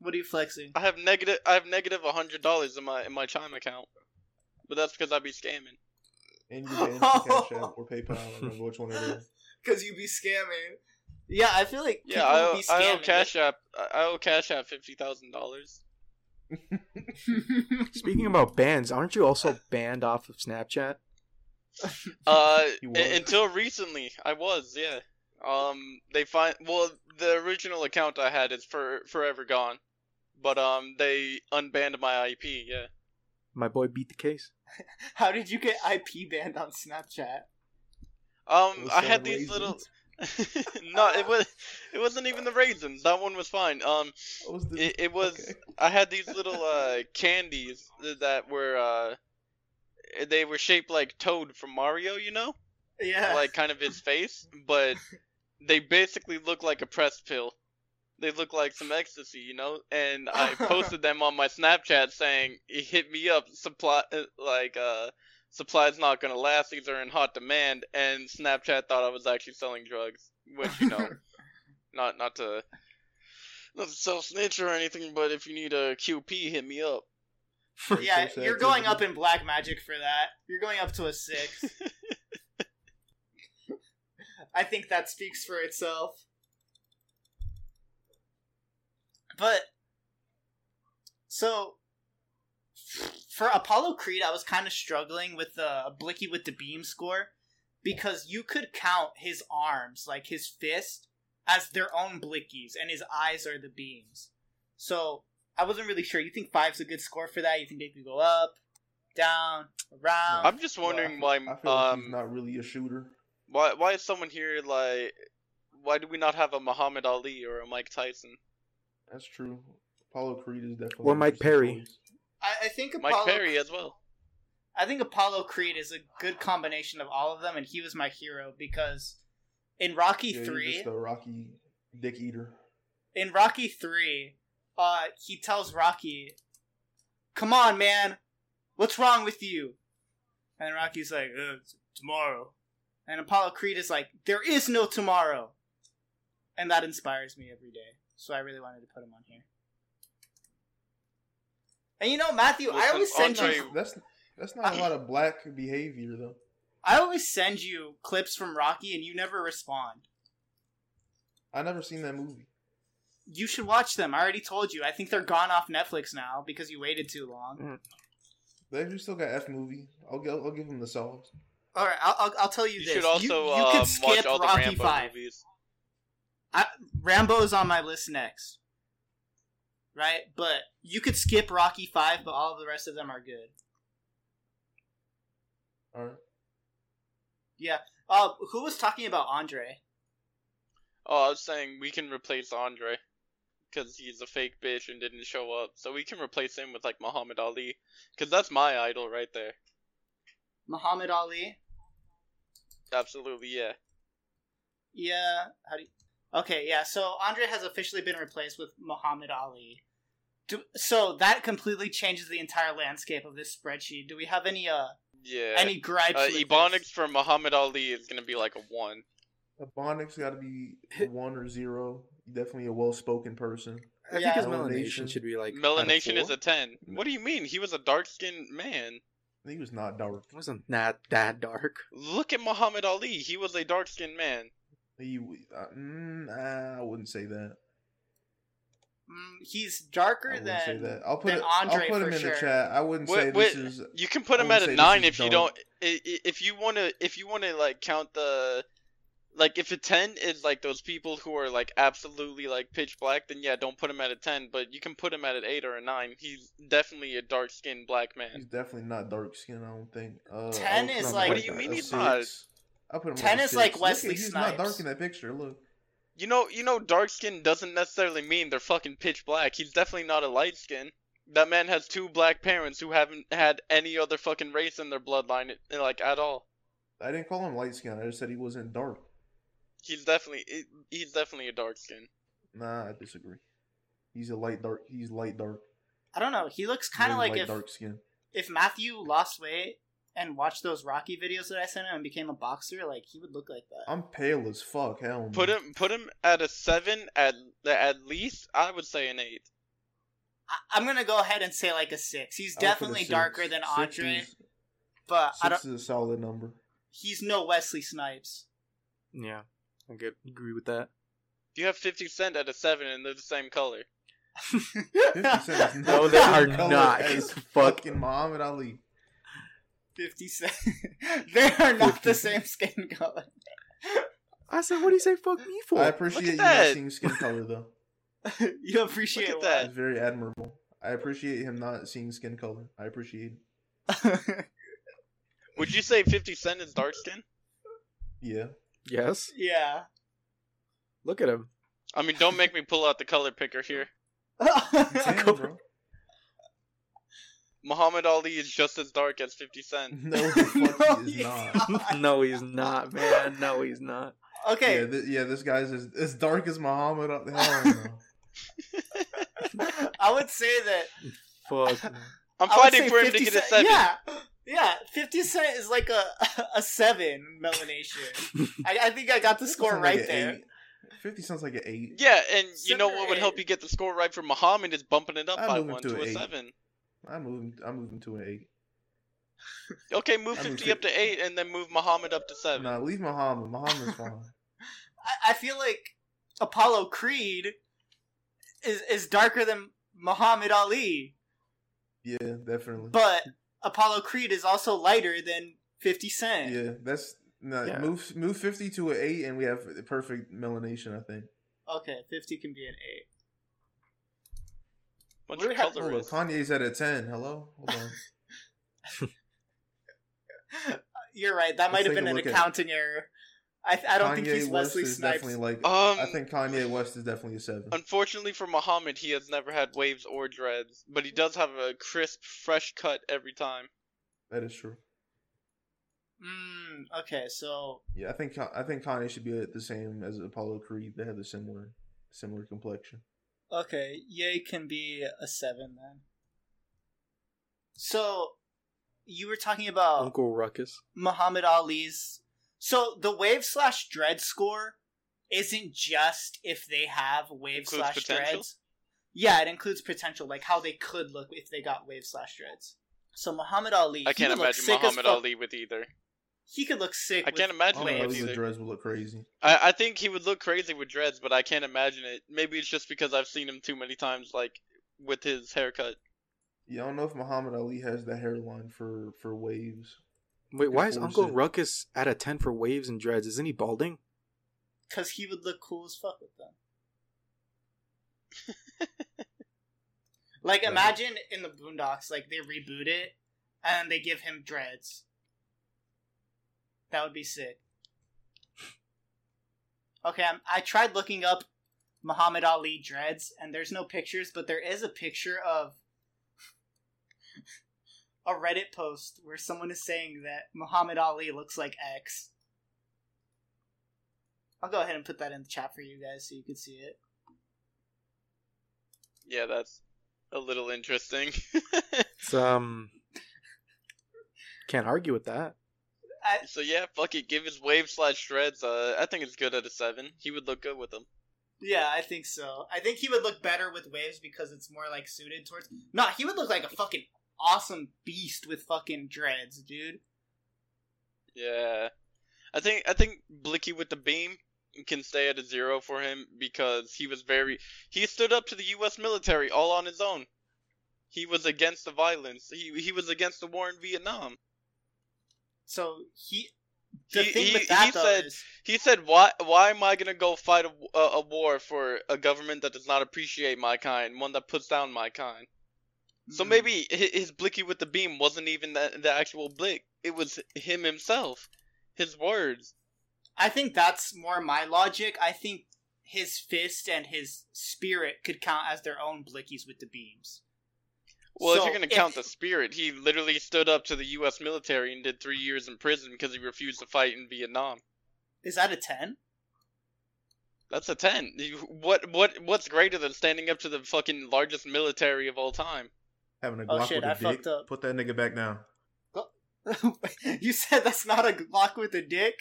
[SPEAKER 4] What are you flexing?
[SPEAKER 1] I have negative I have negative hundred dollars in my in my chime account, but that's because I be scamming.
[SPEAKER 5] And you can Cash App or PayPal. I don't know which one it is.
[SPEAKER 4] Because you be scamming. Yeah, I feel like
[SPEAKER 1] Yeah,
[SPEAKER 4] people
[SPEAKER 1] I,
[SPEAKER 4] be
[SPEAKER 1] I owe
[SPEAKER 4] scamming.
[SPEAKER 1] Cash App I I owe Cash App fifty thousand dollars.
[SPEAKER 2] Speaking about bans, aren't you also banned off of Snapchat?
[SPEAKER 1] Uh, u-
[SPEAKER 5] You were.
[SPEAKER 1] until recently, I was, yeah. Um, they find well, the original account I had is for forever gone, but um, they unbanned my IP. Yeah,
[SPEAKER 2] My boy beat the case.
[SPEAKER 4] How did you get IP banned on Snapchat?
[SPEAKER 1] um,
[SPEAKER 5] Was
[SPEAKER 1] I
[SPEAKER 5] that
[SPEAKER 1] had these little.
[SPEAKER 5] raisins?
[SPEAKER 1] no, it was it wasn't even the raisins. That one was fine. Um,
[SPEAKER 5] What was the?
[SPEAKER 1] it, it was
[SPEAKER 5] okay.
[SPEAKER 1] I had these little uh candies th- that were uh, they were shaped like Toad from Mario. You know.
[SPEAKER 4] Yeah.
[SPEAKER 1] like kind of his face, but they basically look like a press pill. They look like some ecstasy, you know. And I posted them on my Snapchat saying, "Hit me up, supply uh, like uh supply's not gonna last. These are in hot demand." And Snapchat thought I was actually selling drugs, which you know, not not to not to self snitch or anything, but if you need a QP, hit me up.
[SPEAKER 4] Yeah, you're going up in black magic for that. You're going up to a six. I think that speaks for itself. But so for Apollo Creed, I was kind of struggling with the Blicky with the beam score because you could count his arms, like his fist, as their own blickies, and his eyes are the beams. So I wasn't really sure. You think five's a good score for that? You think they could go up, down, around?
[SPEAKER 1] I'm just wondering
[SPEAKER 5] Well, I feel-
[SPEAKER 1] why
[SPEAKER 5] I feel like he's
[SPEAKER 1] um,
[SPEAKER 5] not really a shooter.
[SPEAKER 1] Why why is someone here like why do we not have a Muhammad Ali or a Mike Tyson?
[SPEAKER 5] That's true. Apollo Creed is definitely
[SPEAKER 2] Or Mike
[SPEAKER 5] an interesting
[SPEAKER 2] Perry.
[SPEAKER 5] choice.
[SPEAKER 4] I, I think Apollo.
[SPEAKER 1] Mike Perry as well.
[SPEAKER 4] I think Apollo Creed is a good combination of all of them, and he was my hero because in Rocky
[SPEAKER 5] Yeah, you're
[SPEAKER 4] three,
[SPEAKER 5] just a Rocky dick eater.
[SPEAKER 4] in Rocky three, uh, he tells Rocky, "Come on, man, what's wrong with you?" And Rocky's like, uh, it's "Tomorrow," and Apollo Creed is like, "There is no tomorrow," and that inspires me every day. So I really wanted to put him on here. And you know, Matthew, I
[SPEAKER 1] Listen,
[SPEAKER 4] always send
[SPEAKER 1] Andre-
[SPEAKER 4] you.
[SPEAKER 5] That's that's not a lot of black behavior though.
[SPEAKER 4] I always send you clips from Rocky, and you never respond.
[SPEAKER 5] I never seen that movie.
[SPEAKER 4] You should watch them. I already told you. I think they're gone off Netflix now because you waited too long.
[SPEAKER 5] They actually still got F movie. I'll give I'll give him the sauce.
[SPEAKER 4] All right, I'll, I'll, I'll tell you
[SPEAKER 1] You
[SPEAKER 4] this.
[SPEAKER 1] should also
[SPEAKER 4] you, you could
[SPEAKER 1] um, watch
[SPEAKER 4] skip
[SPEAKER 1] all the
[SPEAKER 4] Rocky
[SPEAKER 1] Rambo
[SPEAKER 4] Five.
[SPEAKER 1] movies.
[SPEAKER 4] Rambo's on my list next, right? But you could skip Rocky Five, but all the rest of them are good.
[SPEAKER 5] All right.
[SPEAKER 4] Uh, who was talking about Andre?
[SPEAKER 1] Oh, I was saying we can replace Andre because he's a fake bitch and didn't show up. So we can replace him with like Muhammad Ali because that's my idol right there.
[SPEAKER 4] Muhammad Ali.
[SPEAKER 1] Absolutely, yeah.
[SPEAKER 4] Yeah. How do you... Okay, yeah. So Andre has officially been replaced with Muhammad Ali. Do, so that completely changes the entire landscape of this spreadsheet. Do we have any uh
[SPEAKER 1] Yeah.
[SPEAKER 4] any gripes?
[SPEAKER 1] uh,
[SPEAKER 4] with this?
[SPEAKER 1] Ebonics for Muhammad Ali is gonna be like a one.
[SPEAKER 5] Ebonics got to be one or zero. Definitely a well spoken person.
[SPEAKER 2] I
[SPEAKER 4] Yeah.
[SPEAKER 2] think his
[SPEAKER 5] Melanation.
[SPEAKER 2] melanation should be like. out of
[SPEAKER 1] Melanation is
[SPEAKER 2] four.
[SPEAKER 1] a ten. What do you mean? He was a dark skinned man.
[SPEAKER 5] He was not dark.
[SPEAKER 2] It wasn't that that dark.
[SPEAKER 1] Look at Muhammad Ali. He was a dark skinned man.
[SPEAKER 5] He, w- uh, mm, uh, I wouldn't say that.
[SPEAKER 4] Mm, he's darker
[SPEAKER 5] I
[SPEAKER 4] than.
[SPEAKER 5] wouldn't say that. I'll put
[SPEAKER 4] than
[SPEAKER 5] it,
[SPEAKER 4] Andre
[SPEAKER 5] I'll put
[SPEAKER 4] for
[SPEAKER 5] him in
[SPEAKER 4] sure.
[SPEAKER 5] the chat. I wouldn't
[SPEAKER 1] Wait,
[SPEAKER 5] say
[SPEAKER 1] wait.
[SPEAKER 5] this is.
[SPEAKER 1] You can put
[SPEAKER 5] I
[SPEAKER 1] him at
[SPEAKER 5] wouldn't
[SPEAKER 1] a
[SPEAKER 5] say
[SPEAKER 1] nine
[SPEAKER 5] this is
[SPEAKER 1] if you
[SPEAKER 5] dumb.
[SPEAKER 1] don't. i- i- If you want to, if you want to like count the, like if a ten is like those people who are like absolutely like pitch black, then yeah, don't put him at a ten. But you can put him at an eight or a nine. He's definitely a dark skinned black
[SPEAKER 5] He's
[SPEAKER 1] man.
[SPEAKER 5] definitely not dark skinned I don't think. Uh, I
[SPEAKER 4] 10
[SPEAKER 5] would put
[SPEAKER 4] is
[SPEAKER 5] him
[SPEAKER 4] like-
[SPEAKER 1] What do you mean
[SPEAKER 5] a
[SPEAKER 1] he's
[SPEAKER 5] six.
[SPEAKER 1] not?
[SPEAKER 5] I'll put him
[SPEAKER 4] 10
[SPEAKER 5] a
[SPEAKER 4] is like
[SPEAKER 5] six.
[SPEAKER 4] Wesley
[SPEAKER 5] Look, he's not
[SPEAKER 4] Snipes.
[SPEAKER 5] dark in that picture. Look,
[SPEAKER 1] You know, you know, dark skin doesn't necessarily mean they're fucking pitch black. He's definitely not a light skin. That man has two black parents who haven't had any other fucking race in their bloodline, eh, like at all.
[SPEAKER 5] I didn't call him light skinned I just said he wasn't dark.
[SPEAKER 1] He's definitely, he- he's definitely a dark skin.
[SPEAKER 5] Nah, I disagree. He's a light dark. He's light dark.
[SPEAKER 4] I don't know. He looks kind of
[SPEAKER 5] Really
[SPEAKER 4] like
[SPEAKER 5] light
[SPEAKER 4] if
[SPEAKER 5] dark skin.
[SPEAKER 4] if Matthew lost weight and watched those Rocky videos that I sent him and became a boxer, like he would look like that.
[SPEAKER 5] I'm pale as fuck. Hell,
[SPEAKER 1] Put
[SPEAKER 5] no.
[SPEAKER 1] him put him at a seven at at least I would say an eight.
[SPEAKER 4] I, I'm gonna go ahead and say like a six. He's
[SPEAKER 5] I'll put a
[SPEAKER 4] definitely
[SPEAKER 5] six.
[SPEAKER 4] darker than
[SPEAKER 5] Six
[SPEAKER 4] Andre,
[SPEAKER 5] is-
[SPEAKER 4] but I
[SPEAKER 5] Six
[SPEAKER 4] don't.
[SPEAKER 5] is a solid number.
[SPEAKER 4] He's no Wesley Snipes.
[SPEAKER 2] Yeah, I get agree with that.
[SPEAKER 1] You have fifty cent at a seven and they're the same color.
[SPEAKER 5] Fifty Cent is
[SPEAKER 2] No,
[SPEAKER 5] not
[SPEAKER 2] they are
[SPEAKER 5] colored
[SPEAKER 2] not.
[SPEAKER 5] as
[SPEAKER 2] Fuck.
[SPEAKER 5] fucking Muhammad Ali.
[SPEAKER 4] Fifty cent. they are not the
[SPEAKER 5] 50.
[SPEAKER 4] same skin color.
[SPEAKER 2] I said, what do you say? Fuck me for?
[SPEAKER 5] I appreciate you
[SPEAKER 1] that.
[SPEAKER 5] not seeing skin color though.
[SPEAKER 4] you appreciate
[SPEAKER 1] Look at
[SPEAKER 4] that.
[SPEAKER 1] that.
[SPEAKER 5] It's very admirable. I appreciate him not seeing skin color. I appreciate. It.
[SPEAKER 1] Would you say fifty cent is dark skin?
[SPEAKER 5] Yeah.
[SPEAKER 2] yes.
[SPEAKER 4] yeah.
[SPEAKER 2] Look at him.
[SPEAKER 1] I mean don't make me pull out the color picker here.
[SPEAKER 5] Damn,
[SPEAKER 2] Go-
[SPEAKER 5] bro.
[SPEAKER 1] Muhammad Ali is just as dark as fifty cent.
[SPEAKER 5] No, the fuck
[SPEAKER 4] No,
[SPEAKER 5] he
[SPEAKER 4] he's
[SPEAKER 5] is
[SPEAKER 2] no, he's
[SPEAKER 5] not.
[SPEAKER 2] not, man. No, he's not.
[SPEAKER 4] okay.
[SPEAKER 5] Yeah, th- yeah, this guy's as, as dark as Muhammad. Ali- Hell no.
[SPEAKER 4] I would say that
[SPEAKER 2] Fuck. man.
[SPEAKER 1] I'm
[SPEAKER 4] I would
[SPEAKER 1] fighting
[SPEAKER 4] say
[SPEAKER 1] for him to
[SPEAKER 4] 50
[SPEAKER 1] get a
[SPEAKER 4] Cent-
[SPEAKER 1] seven.
[SPEAKER 4] Yeah, yeah. Fifty Cent is like a a seven melanation. I, I think I got the score
[SPEAKER 5] Sounds like
[SPEAKER 4] right
[SPEAKER 5] an
[SPEAKER 4] there.
[SPEAKER 5] eight. Fifty sounds like an eight.
[SPEAKER 1] Yeah, and you
[SPEAKER 4] Seven
[SPEAKER 1] know
[SPEAKER 4] or
[SPEAKER 1] what would help
[SPEAKER 4] eight.
[SPEAKER 1] you get the score right for Muhammad is bumping it up
[SPEAKER 5] I'd
[SPEAKER 1] by
[SPEAKER 5] move him
[SPEAKER 1] one
[SPEAKER 5] to
[SPEAKER 1] to a
[SPEAKER 5] eight.
[SPEAKER 1] seven.
[SPEAKER 5] I'm moving. I'm moving to an eight.
[SPEAKER 1] Okay, move
[SPEAKER 5] I'd move
[SPEAKER 1] fifty
[SPEAKER 5] to-
[SPEAKER 1] up to eight, and then move Muhammad up to seven.
[SPEAKER 5] Nah, leave Muhammad. Muhammad's fine.
[SPEAKER 4] I, I feel like Apollo Creed is is darker than Muhammad Ali,
[SPEAKER 5] Yeah, definitely.
[SPEAKER 4] but Apollo Creed is also lighter than Fifty Cent.
[SPEAKER 5] yeah, that's no
[SPEAKER 2] Yeah.
[SPEAKER 5] move move fifty to an eight, and we have the perfect melanation. I think.
[SPEAKER 4] Okay, fifty can be an eight.
[SPEAKER 1] Bunch
[SPEAKER 4] we
[SPEAKER 1] of
[SPEAKER 4] have-
[SPEAKER 5] Oh,
[SPEAKER 1] colorists.
[SPEAKER 5] Kanye's at a ten. Hello. Hold on.
[SPEAKER 4] You're right. That might
[SPEAKER 5] Let's
[SPEAKER 4] have
[SPEAKER 5] take
[SPEAKER 4] been
[SPEAKER 5] a
[SPEAKER 4] an
[SPEAKER 5] look at-
[SPEAKER 4] accounting error. I, I don't think
[SPEAKER 5] Kanye
[SPEAKER 4] he's Wesley
[SPEAKER 5] is
[SPEAKER 4] Snipes.
[SPEAKER 5] definitely like.
[SPEAKER 1] Um,
[SPEAKER 5] I think Kanye West is definitely a seven.
[SPEAKER 1] Unfortunately for Muhammad, he has never had waves or dreads, but he does have a crisp, fresh cut every time.
[SPEAKER 5] That is true.
[SPEAKER 4] Mm, okay, so
[SPEAKER 5] Yeah, I think Ka- I think Kanye should be at the same as Apollo Creed. They have the similar similar complexion.
[SPEAKER 4] Okay, yay can be a seven then. So, you were talking about
[SPEAKER 2] Uncle Ruckus.
[SPEAKER 4] Muhammad Ali's. So the wave slash dread score isn't just if they have wave
[SPEAKER 1] Includes
[SPEAKER 4] slash
[SPEAKER 1] potential?
[SPEAKER 4] dreads. Yeah, it includes potential, like how they could look if they got wave slash dreads. So Muhammad Ali,
[SPEAKER 1] I can't
[SPEAKER 4] he would look
[SPEAKER 1] imagine
[SPEAKER 4] sick as
[SPEAKER 1] Muhammad
[SPEAKER 4] fuck.
[SPEAKER 1] Ali with either.
[SPEAKER 4] He could look sick.
[SPEAKER 1] I
[SPEAKER 4] with-
[SPEAKER 1] can't
[SPEAKER 5] I
[SPEAKER 1] imagine
[SPEAKER 5] don't
[SPEAKER 1] it
[SPEAKER 5] know.
[SPEAKER 1] with
[SPEAKER 5] The
[SPEAKER 1] either.
[SPEAKER 5] dreads will look crazy.
[SPEAKER 1] I, I think he would look crazy with dreads, but I can't imagine it. Maybe it's just because I've seen him too many times, like with his haircut.
[SPEAKER 5] Yeah, I don't know if Muhammad Ali has the hairline for for waves.
[SPEAKER 2] Wait, why is
[SPEAKER 5] Force
[SPEAKER 2] Uncle
[SPEAKER 5] it.
[SPEAKER 2] Ruckus at a ten for waves and dreads? Isn't he balding?
[SPEAKER 4] because he would look cool as fuck with them. like,
[SPEAKER 5] Yeah.
[SPEAKER 4] imagine in the Boondocks, like they reboot it and they give him dreads. That would be sick. Okay, I'm, I tried looking up Muhammad Ali dreads, and there's no pictures, but there is a picture of a Reddit post where someone is saying that Muhammad Ali looks like X. I'll go ahead and put that in the chat for you guys so you can see it.
[SPEAKER 1] Yeah, that's a little interesting.
[SPEAKER 2] It's, um, can't argue with that.
[SPEAKER 1] so yeah, fuck it. Give his wave slash dreads. Uh, I think it's good at a seven. He would look good with them.
[SPEAKER 4] Yeah, I think so. I think he would look better with waves because it's more like suited towards. No, he would look like a fucking awesome beast with fucking dreads, dude.
[SPEAKER 1] Yeah, I think I think Blicky with the beam can stay at a zero for him because he was very he stood up to the U.S. military all on his own. He was against the violence. He he was against the war in Vietnam.
[SPEAKER 4] So he. The
[SPEAKER 1] He-
[SPEAKER 4] thing
[SPEAKER 1] he-
[SPEAKER 4] with that
[SPEAKER 1] he
[SPEAKER 4] though
[SPEAKER 1] said-
[SPEAKER 4] is,
[SPEAKER 1] He said, "Why why am I gonna go fight a, a, a war for a government that does not appreciate my kind, one that puts down my kind?" So
[SPEAKER 4] Mm.
[SPEAKER 1] maybe hi- his Blicky with the beam wasn't even the, the actual Blick. It was him himself, his words.
[SPEAKER 4] I think that's more my logic. I think his fist and his spirit could count as their own blickies with the beams.
[SPEAKER 1] Well, if
[SPEAKER 4] So
[SPEAKER 1] you're gonna
[SPEAKER 4] if-
[SPEAKER 1] count the spirit, he literally stood up to the U.S. military and did three years in prison because he refused to fight in Vietnam.
[SPEAKER 4] Is that a ten?
[SPEAKER 1] That's a ten. You- What what what's greater than standing up to the fucking largest military of all time?
[SPEAKER 5] Having a
[SPEAKER 4] Oh,
[SPEAKER 5] Glock
[SPEAKER 4] shit,
[SPEAKER 5] with a
[SPEAKER 4] I
[SPEAKER 5] dick.
[SPEAKER 4] fucked up.
[SPEAKER 5] Put that nigga back down.
[SPEAKER 4] you said that's not a Glock with a dick.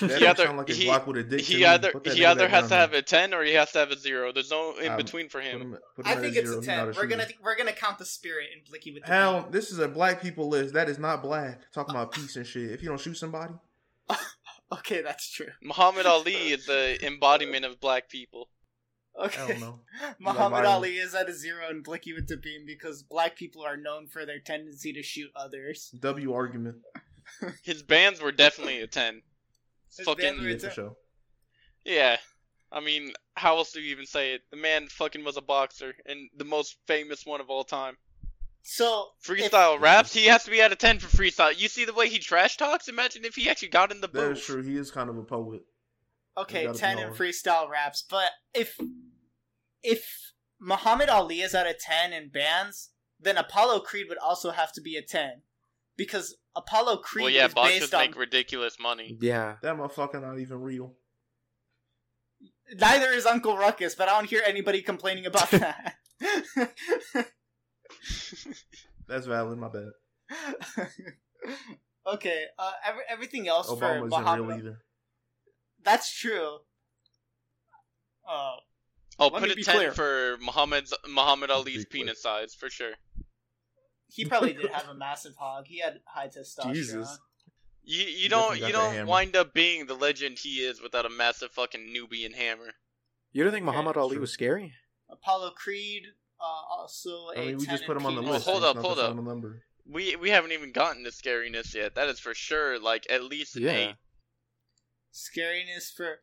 [SPEAKER 5] That
[SPEAKER 1] He
[SPEAKER 5] don't
[SPEAKER 1] either-
[SPEAKER 5] sound like a
[SPEAKER 1] he-
[SPEAKER 5] Glock with a dick. to
[SPEAKER 1] He
[SPEAKER 5] me.
[SPEAKER 1] either
[SPEAKER 5] Put that
[SPEAKER 1] he
[SPEAKER 5] nigga
[SPEAKER 1] either
[SPEAKER 5] back
[SPEAKER 1] has to
[SPEAKER 5] down.
[SPEAKER 1] have a ten or he has to have a zero. There's no in
[SPEAKER 5] Um,
[SPEAKER 1] between for
[SPEAKER 5] Put
[SPEAKER 1] him.
[SPEAKER 5] him- put him
[SPEAKER 4] I
[SPEAKER 5] at
[SPEAKER 4] think
[SPEAKER 5] zero.
[SPEAKER 4] it's a
[SPEAKER 5] He's
[SPEAKER 4] ten.
[SPEAKER 5] not
[SPEAKER 4] We're gonna
[SPEAKER 5] shooter.
[SPEAKER 4] we're gonna count the spirit and Blicky with the
[SPEAKER 5] Hell,
[SPEAKER 4] beam.
[SPEAKER 5] this is a black people list. That is not black. Talking about peace and shit. If you don't shoot somebody,
[SPEAKER 4] Okay, that's true.
[SPEAKER 1] Muhammad Ali is the embodiment of black people.
[SPEAKER 5] I
[SPEAKER 4] Okay,
[SPEAKER 5] don't know.
[SPEAKER 4] Muhammad
[SPEAKER 5] Like, I-
[SPEAKER 4] Ali is at a zero and Blicky with the beam because black people are known for their tendency to shoot others.
[SPEAKER 5] W argument.
[SPEAKER 1] His bands were definitely a ten.
[SPEAKER 4] His
[SPEAKER 1] fucking
[SPEAKER 4] bands were
[SPEAKER 5] Yeah,
[SPEAKER 4] a
[SPEAKER 5] for sure.
[SPEAKER 1] yeah. I mean, how else do you even say it? The man fucking was a boxer and the most famous one of all time.
[SPEAKER 4] So
[SPEAKER 1] Freestyle raps, he has to be at a ten for freestyle. You see the way he trash talks? Imagine if he actually got in the
[SPEAKER 5] That is
[SPEAKER 1] booth.
[SPEAKER 5] true. He is kind of a poet.
[SPEAKER 4] Okay,
[SPEAKER 5] gotta be
[SPEAKER 4] ten in
[SPEAKER 5] all-
[SPEAKER 4] freestyle raps, but if if Muhammad Ali is at a ten in bands, then Apollo Creed would also have to be a ten because Apollo Creed
[SPEAKER 1] Well, yeah,
[SPEAKER 4] is based
[SPEAKER 1] boxers
[SPEAKER 4] on
[SPEAKER 1] make ridiculous money.
[SPEAKER 2] Yeah,
[SPEAKER 5] That motherfucker not even real.
[SPEAKER 4] Neither is Uncle Ruckus, but I don't hear anybody complaining about that.
[SPEAKER 5] That's valid. My bad.
[SPEAKER 4] okay, uh, every, everything else
[SPEAKER 5] Obama
[SPEAKER 4] for
[SPEAKER 5] isn't real
[SPEAKER 4] Muhammad.
[SPEAKER 5] either.
[SPEAKER 4] That's true. Oh,
[SPEAKER 1] Oh,
[SPEAKER 4] Let
[SPEAKER 1] put
[SPEAKER 4] me
[SPEAKER 1] a
[SPEAKER 4] be
[SPEAKER 1] ten
[SPEAKER 4] clear.
[SPEAKER 1] for Muhammad's Muhammad Ali's
[SPEAKER 5] be clear.
[SPEAKER 1] penis size for sure.
[SPEAKER 4] he probably did have a massive hog. He had high testosterone.
[SPEAKER 2] Jesus.
[SPEAKER 1] You you
[SPEAKER 5] He
[SPEAKER 1] don't
[SPEAKER 5] definitely
[SPEAKER 1] you
[SPEAKER 5] got that
[SPEAKER 1] don't
[SPEAKER 5] hammer.
[SPEAKER 1] wind up being the legend he is without a massive fucking Nubian hammer.
[SPEAKER 2] You don't think Muhammad
[SPEAKER 5] that's
[SPEAKER 2] Ali
[SPEAKER 5] true.
[SPEAKER 2] was scary?
[SPEAKER 4] Apollo Creed, uh, also a
[SPEAKER 5] I mean, we
[SPEAKER 4] 10
[SPEAKER 5] just put
[SPEAKER 4] in
[SPEAKER 5] him on the
[SPEAKER 4] penis.
[SPEAKER 5] list.
[SPEAKER 1] hold
[SPEAKER 5] it's
[SPEAKER 1] up,
[SPEAKER 5] not the
[SPEAKER 1] hold up.
[SPEAKER 5] final Number.
[SPEAKER 1] We we haven't even gotten to scariness yet. That is for sure. Like at least an
[SPEAKER 2] Yeah.
[SPEAKER 1] eight.
[SPEAKER 4] scariness for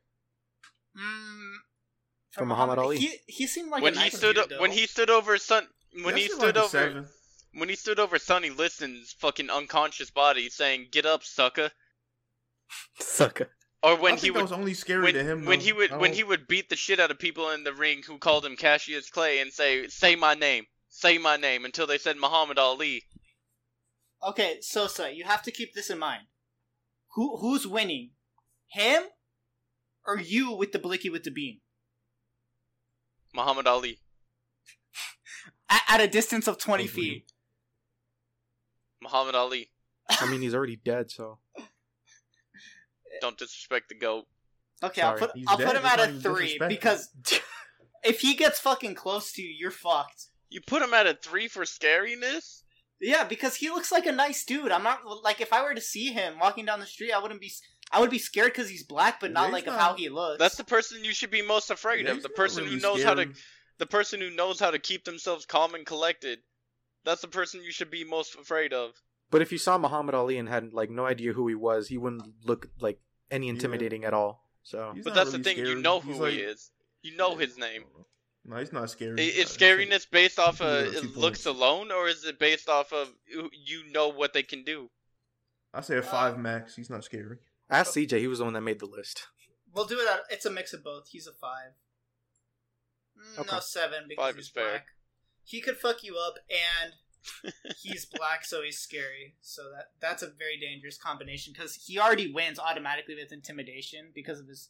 [SPEAKER 4] mm,
[SPEAKER 2] For Muhammad Ali.
[SPEAKER 4] He, he seemed like
[SPEAKER 1] when
[SPEAKER 4] a
[SPEAKER 1] he
[SPEAKER 4] nice
[SPEAKER 1] stood
[SPEAKER 4] dude,
[SPEAKER 1] up, when
[SPEAKER 4] though.
[SPEAKER 1] he stood over Sun when
[SPEAKER 5] That's
[SPEAKER 1] he
[SPEAKER 5] like
[SPEAKER 1] stood
[SPEAKER 5] a
[SPEAKER 1] over
[SPEAKER 5] seven.
[SPEAKER 1] when he stood over Sonny Liston's fucking unconscious body saying "Get up, sucker,"
[SPEAKER 2] Sucker.
[SPEAKER 1] or
[SPEAKER 5] I
[SPEAKER 1] when
[SPEAKER 5] think
[SPEAKER 1] he
[SPEAKER 5] that
[SPEAKER 1] would
[SPEAKER 5] was only scary
[SPEAKER 1] when,
[SPEAKER 5] to him.
[SPEAKER 1] when
[SPEAKER 5] though.
[SPEAKER 1] he would
[SPEAKER 5] I
[SPEAKER 1] when
[SPEAKER 5] don't-
[SPEAKER 1] he would beat the shit out of people in the ring who called him Cassius Clay and say say my name say my name until they said Muhammad Ali.
[SPEAKER 4] okay Sosa you have to keep this in mind who who's winning him or you with the blicky with the bean
[SPEAKER 1] Muhammad Ali.
[SPEAKER 4] at, at a distance of 20
[SPEAKER 5] Oh,
[SPEAKER 4] feet
[SPEAKER 1] Muhammad Ali.
[SPEAKER 2] I mean, he's already dead, so
[SPEAKER 1] Don't disrespect the goat.
[SPEAKER 4] okay I'll
[SPEAKER 2] Sorry.
[SPEAKER 4] put
[SPEAKER 5] He's
[SPEAKER 4] I'll
[SPEAKER 5] dead.
[SPEAKER 4] put him
[SPEAKER 5] That's
[SPEAKER 4] at
[SPEAKER 5] not
[SPEAKER 4] a
[SPEAKER 5] even
[SPEAKER 4] three
[SPEAKER 5] disrespectful.
[SPEAKER 4] because if he gets fucking close to you you're fucked
[SPEAKER 1] You put him at a three for scariness.
[SPEAKER 4] Yeah, because he looks like a nice dude. I'm not like if I were to see him walking down the street, I wouldn't be. I would be scared because he's black, but
[SPEAKER 5] Yeah,
[SPEAKER 4] not
[SPEAKER 5] he's
[SPEAKER 4] like of
[SPEAKER 5] not-
[SPEAKER 4] how he looks.
[SPEAKER 1] That's the person you should be most afraid
[SPEAKER 5] Yeah,
[SPEAKER 1] of.
[SPEAKER 5] he's
[SPEAKER 1] The
[SPEAKER 5] not
[SPEAKER 1] person
[SPEAKER 5] really
[SPEAKER 1] who knows how to
[SPEAKER 5] scary.
[SPEAKER 1] the person who knows how to keep themselves calm and collected. That's the person you should be most afraid of.
[SPEAKER 2] But if you saw Muhammad Ali and had like no idea who he was, he wouldn't look like any intimidating at all. So
[SPEAKER 5] He's
[SPEAKER 1] but
[SPEAKER 5] not
[SPEAKER 1] that's the
[SPEAKER 5] really
[SPEAKER 1] thing, you
[SPEAKER 5] scary.
[SPEAKER 1] know
[SPEAKER 5] He's
[SPEAKER 1] who he
[SPEAKER 5] like-
[SPEAKER 1] is. You know his name.
[SPEAKER 5] No, he's not scary.
[SPEAKER 1] I- Is
[SPEAKER 5] He's like-
[SPEAKER 1] scariness based off
[SPEAKER 5] Give me
[SPEAKER 1] of
[SPEAKER 5] those two
[SPEAKER 1] it looks
[SPEAKER 5] points.
[SPEAKER 1] alone, or is it based off of you- you know what they can do?
[SPEAKER 5] I say a five max. He's not scary.
[SPEAKER 2] ask CJ. He was the one that made the list.
[SPEAKER 4] we'll do it. At, it's a mix of both. He's a five. Mm,
[SPEAKER 2] Okay.
[SPEAKER 4] No seven because
[SPEAKER 1] Five
[SPEAKER 4] he's
[SPEAKER 1] is fair.
[SPEAKER 4] black. He could fuck you up, and he's black, so he's scary. So that that's a very dangerous combination because he already wins automatically with intimidation because of his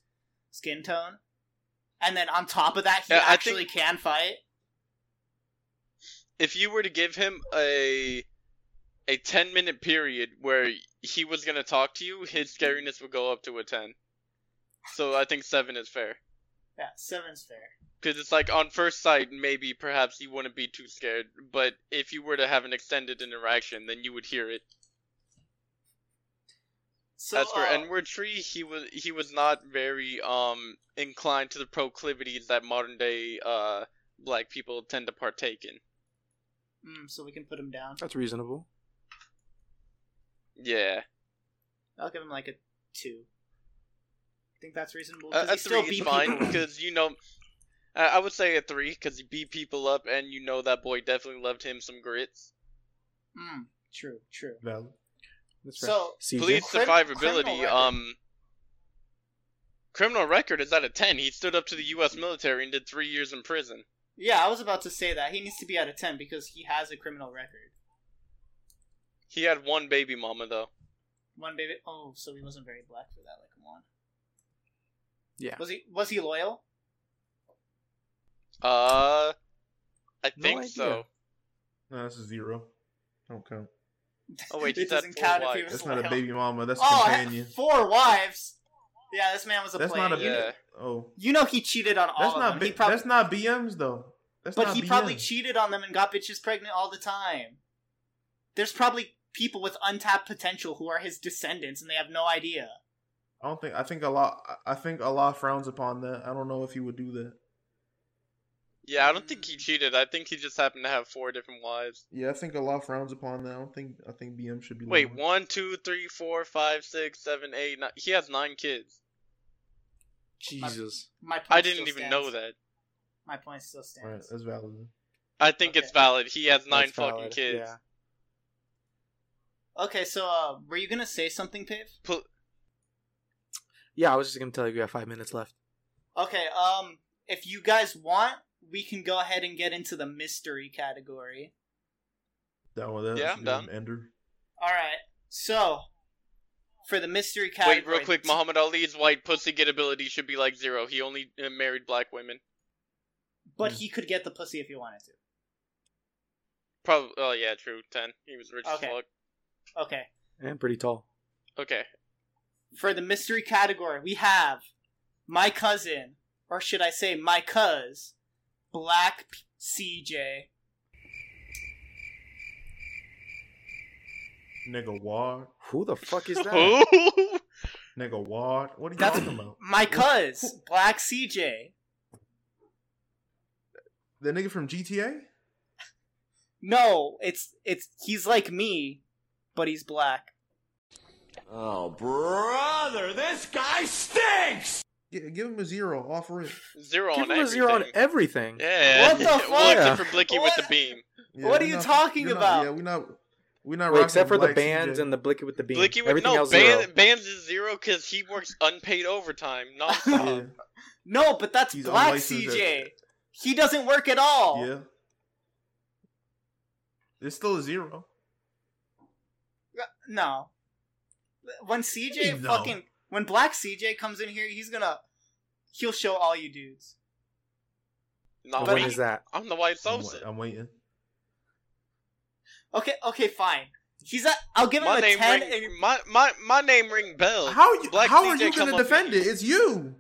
[SPEAKER 4] skin tone, and then on top of that, he
[SPEAKER 1] Yeah, I
[SPEAKER 4] actually can fight.
[SPEAKER 1] If you were to give him a a ten minute period where he was gonna talk to you, his scariness would go up to a ten. So I think seven is fair.
[SPEAKER 4] Yeah, seven's fair.
[SPEAKER 1] Because it's like on first sight, maybe perhaps you wouldn't be too scared, but if you were to have an extended interaction, then you would hear it.
[SPEAKER 4] So,
[SPEAKER 1] As for
[SPEAKER 4] uh,
[SPEAKER 1] N-word tree, he was he was not very um inclined to the proclivities that modern day uh black people tend to partake in.
[SPEAKER 4] Mm, so we can put him down.
[SPEAKER 2] That's reasonable.
[SPEAKER 1] Yeah,
[SPEAKER 4] I'll give him like a two. I think that's reasonable.
[SPEAKER 1] a,
[SPEAKER 4] 'cause
[SPEAKER 1] a
[SPEAKER 4] he still
[SPEAKER 1] Uh, three is
[SPEAKER 4] beat
[SPEAKER 1] fine
[SPEAKER 4] people.
[SPEAKER 1] because you know, I, I would say a three because he beat people up, and you know that boy definitely loved him some grits.
[SPEAKER 4] Mm, true, true.
[SPEAKER 5] Valid.
[SPEAKER 2] That's right.
[SPEAKER 4] So
[SPEAKER 2] CJ.
[SPEAKER 1] Police
[SPEAKER 4] Crim- criminal
[SPEAKER 1] survivability,
[SPEAKER 4] record.
[SPEAKER 1] um, criminal record is at a ten. He stood up to the U.S. military and did three years in prison.
[SPEAKER 4] yeah, I was about to say that he needs to be out of ten because he has a criminal record.
[SPEAKER 1] He had one baby mama though.
[SPEAKER 4] One baby. Oh, so he wasn't very black for that. Like, come on.
[SPEAKER 2] Yeah.
[SPEAKER 4] Was he? Was he loyal?
[SPEAKER 1] Uh, I
[SPEAKER 2] No
[SPEAKER 1] think
[SPEAKER 2] idea.
[SPEAKER 1] so.
[SPEAKER 5] No, that's a zero. Don't count.
[SPEAKER 1] Oh wait,
[SPEAKER 4] it
[SPEAKER 1] he's had
[SPEAKER 4] doesn't
[SPEAKER 1] four
[SPEAKER 4] count if he
[SPEAKER 1] wives.
[SPEAKER 4] was
[SPEAKER 5] That's not a
[SPEAKER 4] loyal.
[SPEAKER 5] baby mama. That's a
[SPEAKER 4] Oh, I
[SPEAKER 5] companion.
[SPEAKER 4] had four wives. Yeah, this man was a
[SPEAKER 5] That's
[SPEAKER 4] player.
[SPEAKER 5] not a
[SPEAKER 1] Yeah.
[SPEAKER 5] yeah. Oh,
[SPEAKER 4] You know he cheated on all
[SPEAKER 5] that's
[SPEAKER 4] of
[SPEAKER 5] not
[SPEAKER 4] them.
[SPEAKER 5] B-
[SPEAKER 4] he prob-
[SPEAKER 5] that's not BMs though. That's
[SPEAKER 4] but
[SPEAKER 5] not
[SPEAKER 4] he
[SPEAKER 5] BMs.
[SPEAKER 4] probably cheated on them and got bitches pregnant all the time. There's probably people with untapped potential who are his descendants and they have no idea.
[SPEAKER 5] I don't think. I think a lot. I think Allah frowns upon that. I don't know if he would do that.
[SPEAKER 1] Yeah, I don't think he cheated. I think he just happened to have four different wives.
[SPEAKER 5] Yeah, I think Allah frowns upon that. I don't think. I think BM should be.
[SPEAKER 1] Wait,
[SPEAKER 2] Mm-hmm.
[SPEAKER 5] lower.
[SPEAKER 1] one, two, three, four, five, six, seven, eight, nine. He has nine kids.
[SPEAKER 2] Jesus.
[SPEAKER 4] My point
[SPEAKER 1] I
[SPEAKER 4] still
[SPEAKER 1] didn't even
[SPEAKER 4] stands.
[SPEAKER 1] know that.
[SPEAKER 4] My point still
[SPEAKER 5] All right,
[SPEAKER 4] stands.
[SPEAKER 5] that's valid.
[SPEAKER 1] I think
[SPEAKER 4] Okay.
[SPEAKER 1] it's valid. He has nine
[SPEAKER 2] That's
[SPEAKER 1] fucking
[SPEAKER 2] valid.
[SPEAKER 1] kids.
[SPEAKER 2] Yeah.
[SPEAKER 4] Okay, so uh, were you gonna say something, Piv?
[SPEAKER 1] Pol-
[SPEAKER 2] Yeah, I was just gonna tell you you have five minutes left.
[SPEAKER 4] Okay, um, if you guys want, we can go ahead and get into the mystery category.
[SPEAKER 5] Down with that.
[SPEAKER 1] Yeah, I'm
[SPEAKER 5] Give him
[SPEAKER 1] down.
[SPEAKER 5] Ender.
[SPEAKER 4] All right, so for the mystery category.
[SPEAKER 1] Wait, real quick. Muhammad Ali's white pussy get ability should be like zero. He only uh, married black women.
[SPEAKER 4] But he could get the pussy if he wanted to.
[SPEAKER 1] Probably. Oh yeah, true. Ten. He was rich
[SPEAKER 4] Okay.
[SPEAKER 1] as fuck.
[SPEAKER 4] Okay.
[SPEAKER 2] and pretty tall.
[SPEAKER 1] Okay.
[SPEAKER 4] For the mystery category, we have my cousin, or should I say my cuz, Black P- CJ.
[SPEAKER 5] Nigga, what?
[SPEAKER 2] Who the fuck is that?
[SPEAKER 1] Who?
[SPEAKER 5] Nigga, what? What are you
[SPEAKER 4] That's-
[SPEAKER 5] talking about?
[SPEAKER 4] My cuz, Black CJ.
[SPEAKER 5] The nigga from GTA?
[SPEAKER 4] No, it's it's he's like me, but he's black.
[SPEAKER 7] Oh, brother, this guy stinks!
[SPEAKER 5] G- give him a zero off rip.
[SPEAKER 1] zero on
[SPEAKER 2] Give him a
[SPEAKER 1] everything.
[SPEAKER 2] zero on everything.
[SPEAKER 1] yeah.
[SPEAKER 4] What the
[SPEAKER 1] Well,
[SPEAKER 2] fuck?
[SPEAKER 1] except for Blicky with the
[SPEAKER 4] What?
[SPEAKER 1] beam.
[SPEAKER 5] Yeah,
[SPEAKER 4] What are
[SPEAKER 5] we
[SPEAKER 4] you
[SPEAKER 5] not-
[SPEAKER 4] talking
[SPEAKER 5] you're not-
[SPEAKER 4] about?
[SPEAKER 5] yeah, we not. We not.
[SPEAKER 2] Well,
[SPEAKER 5] rocking
[SPEAKER 2] except for the
[SPEAKER 5] Black
[SPEAKER 2] bands
[SPEAKER 5] CJ.
[SPEAKER 2] and the blicky with the beam.
[SPEAKER 1] Blicky with
[SPEAKER 2] everything
[SPEAKER 1] no
[SPEAKER 2] else
[SPEAKER 1] ban,
[SPEAKER 2] zero.
[SPEAKER 1] Bands is zero because he works unpaid overtime. No,
[SPEAKER 5] Yeah,
[SPEAKER 4] No, but that's
[SPEAKER 5] He's
[SPEAKER 4] Black
[SPEAKER 5] unlicensed
[SPEAKER 4] CJ. He doesn't work at all.
[SPEAKER 5] yeah. It's still a zero.
[SPEAKER 4] No. When
[SPEAKER 5] do you
[SPEAKER 4] CJ
[SPEAKER 5] mean, no?
[SPEAKER 4] fucking when Black CJ comes in here, he's gonna he'll show all you dudes.
[SPEAKER 1] no
[SPEAKER 2] What
[SPEAKER 1] wait.
[SPEAKER 2] is that?
[SPEAKER 1] I'm the white
[SPEAKER 5] I'm,
[SPEAKER 1] sausage.
[SPEAKER 5] I'm waiting.
[SPEAKER 4] Okay, okay, fine. He's at. I'll give him
[SPEAKER 1] My
[SPEAKER 4] a
[SPEAKER 1] name
[SPEAKER 4] ten.
[SPEAKER 1] ring.
[SPEAKER 4] and-
[SPEAKER 1] My, my my name ring bell.
[SPEAKER 5] How you?
[SPEAKER 1] Black
[SPEAKER 5] how are
[SPEAKER 1] CJ
[SPEAKER 5] you
[SPEAKER 1] come up
[SPEAKER 5] gonna defend
[SPEAKER 1] with-
[SPEAKER 5] it? It's you.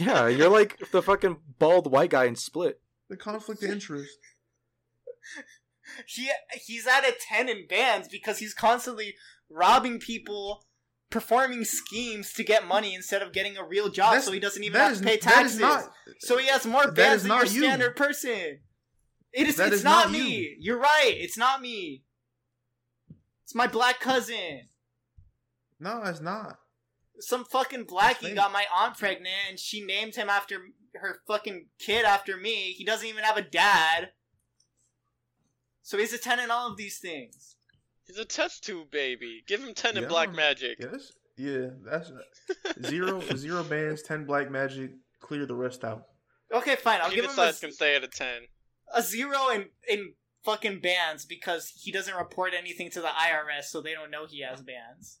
[SPEAKER 2] Yeah, you're like the fucking bald white guy in Split.
[SPEAKER 5] The conflict of interest.
[SPEAKER 4] He he's at a ten in bands because he's constantly robbing people, performing schemes to get money instead of getting a real job,
[SPEAKER 5] That's-
[SPEAKER 4] so he doesn't even
[SPEAKER 5] That
[SPEAKER 4] have
[SPEAKER 5] is-
[SPEAKER 4] to pay
[SPEAKER 5] that is
[SPEAKER 4] taxes.
[SPEAKER 5] not-
[SPEAKER 4] so he has more
[SPEAKER 5] that
[SPEAKER 4] bands
[SPEAKER 5] is
[SPEAKER 4] than
[SPEAKER 5] not
[SPEAKER 4] your
[SPEAKER 5] you.
[SPEAKER 4] standard person. It is.
[SPEAKER 5] That
[SPEAKER 4] it's
[SPEAKER 5] is
[SPEAKER 4] not,
[SPEAKER 5] not
[SPEAKER 4] me.
[SPEAKER 5] you.
[SPEAKER 4] You're right. It's not me. It's my black cousin.
[SPEAKER 5] No, it's not.
[SPEAKER 4] some fucking
[SPEAKER 5] That's
[SPEAKER 4] blackie
[SPEAKER 5] me.
[SPEAKER 4] got my aunt pregnant and she named him after her fucking kid after me. He doesn't even have a dad. So he's a 10 in all of these things.
[SPEAKER 1] He's a test tube baby. Give him ten in
[SPEAKER 5] Yeah.
[SPEAKER 1] black magic.
[SPEAKER 5] Yeah, that's yeah. That's zero zero bands, ten black magic. Clear the rest out.
[SPEAKER 4] Okay, fine. I'll
[SPEAKER 1] Penis
[SPEAKER 4] give him a,
[SPEAKER 1] size can stay at a ten.
[SPEAKER 4] a zero in, in fucking bans because he doesn't report anything to the IRS so they don't know he has bans.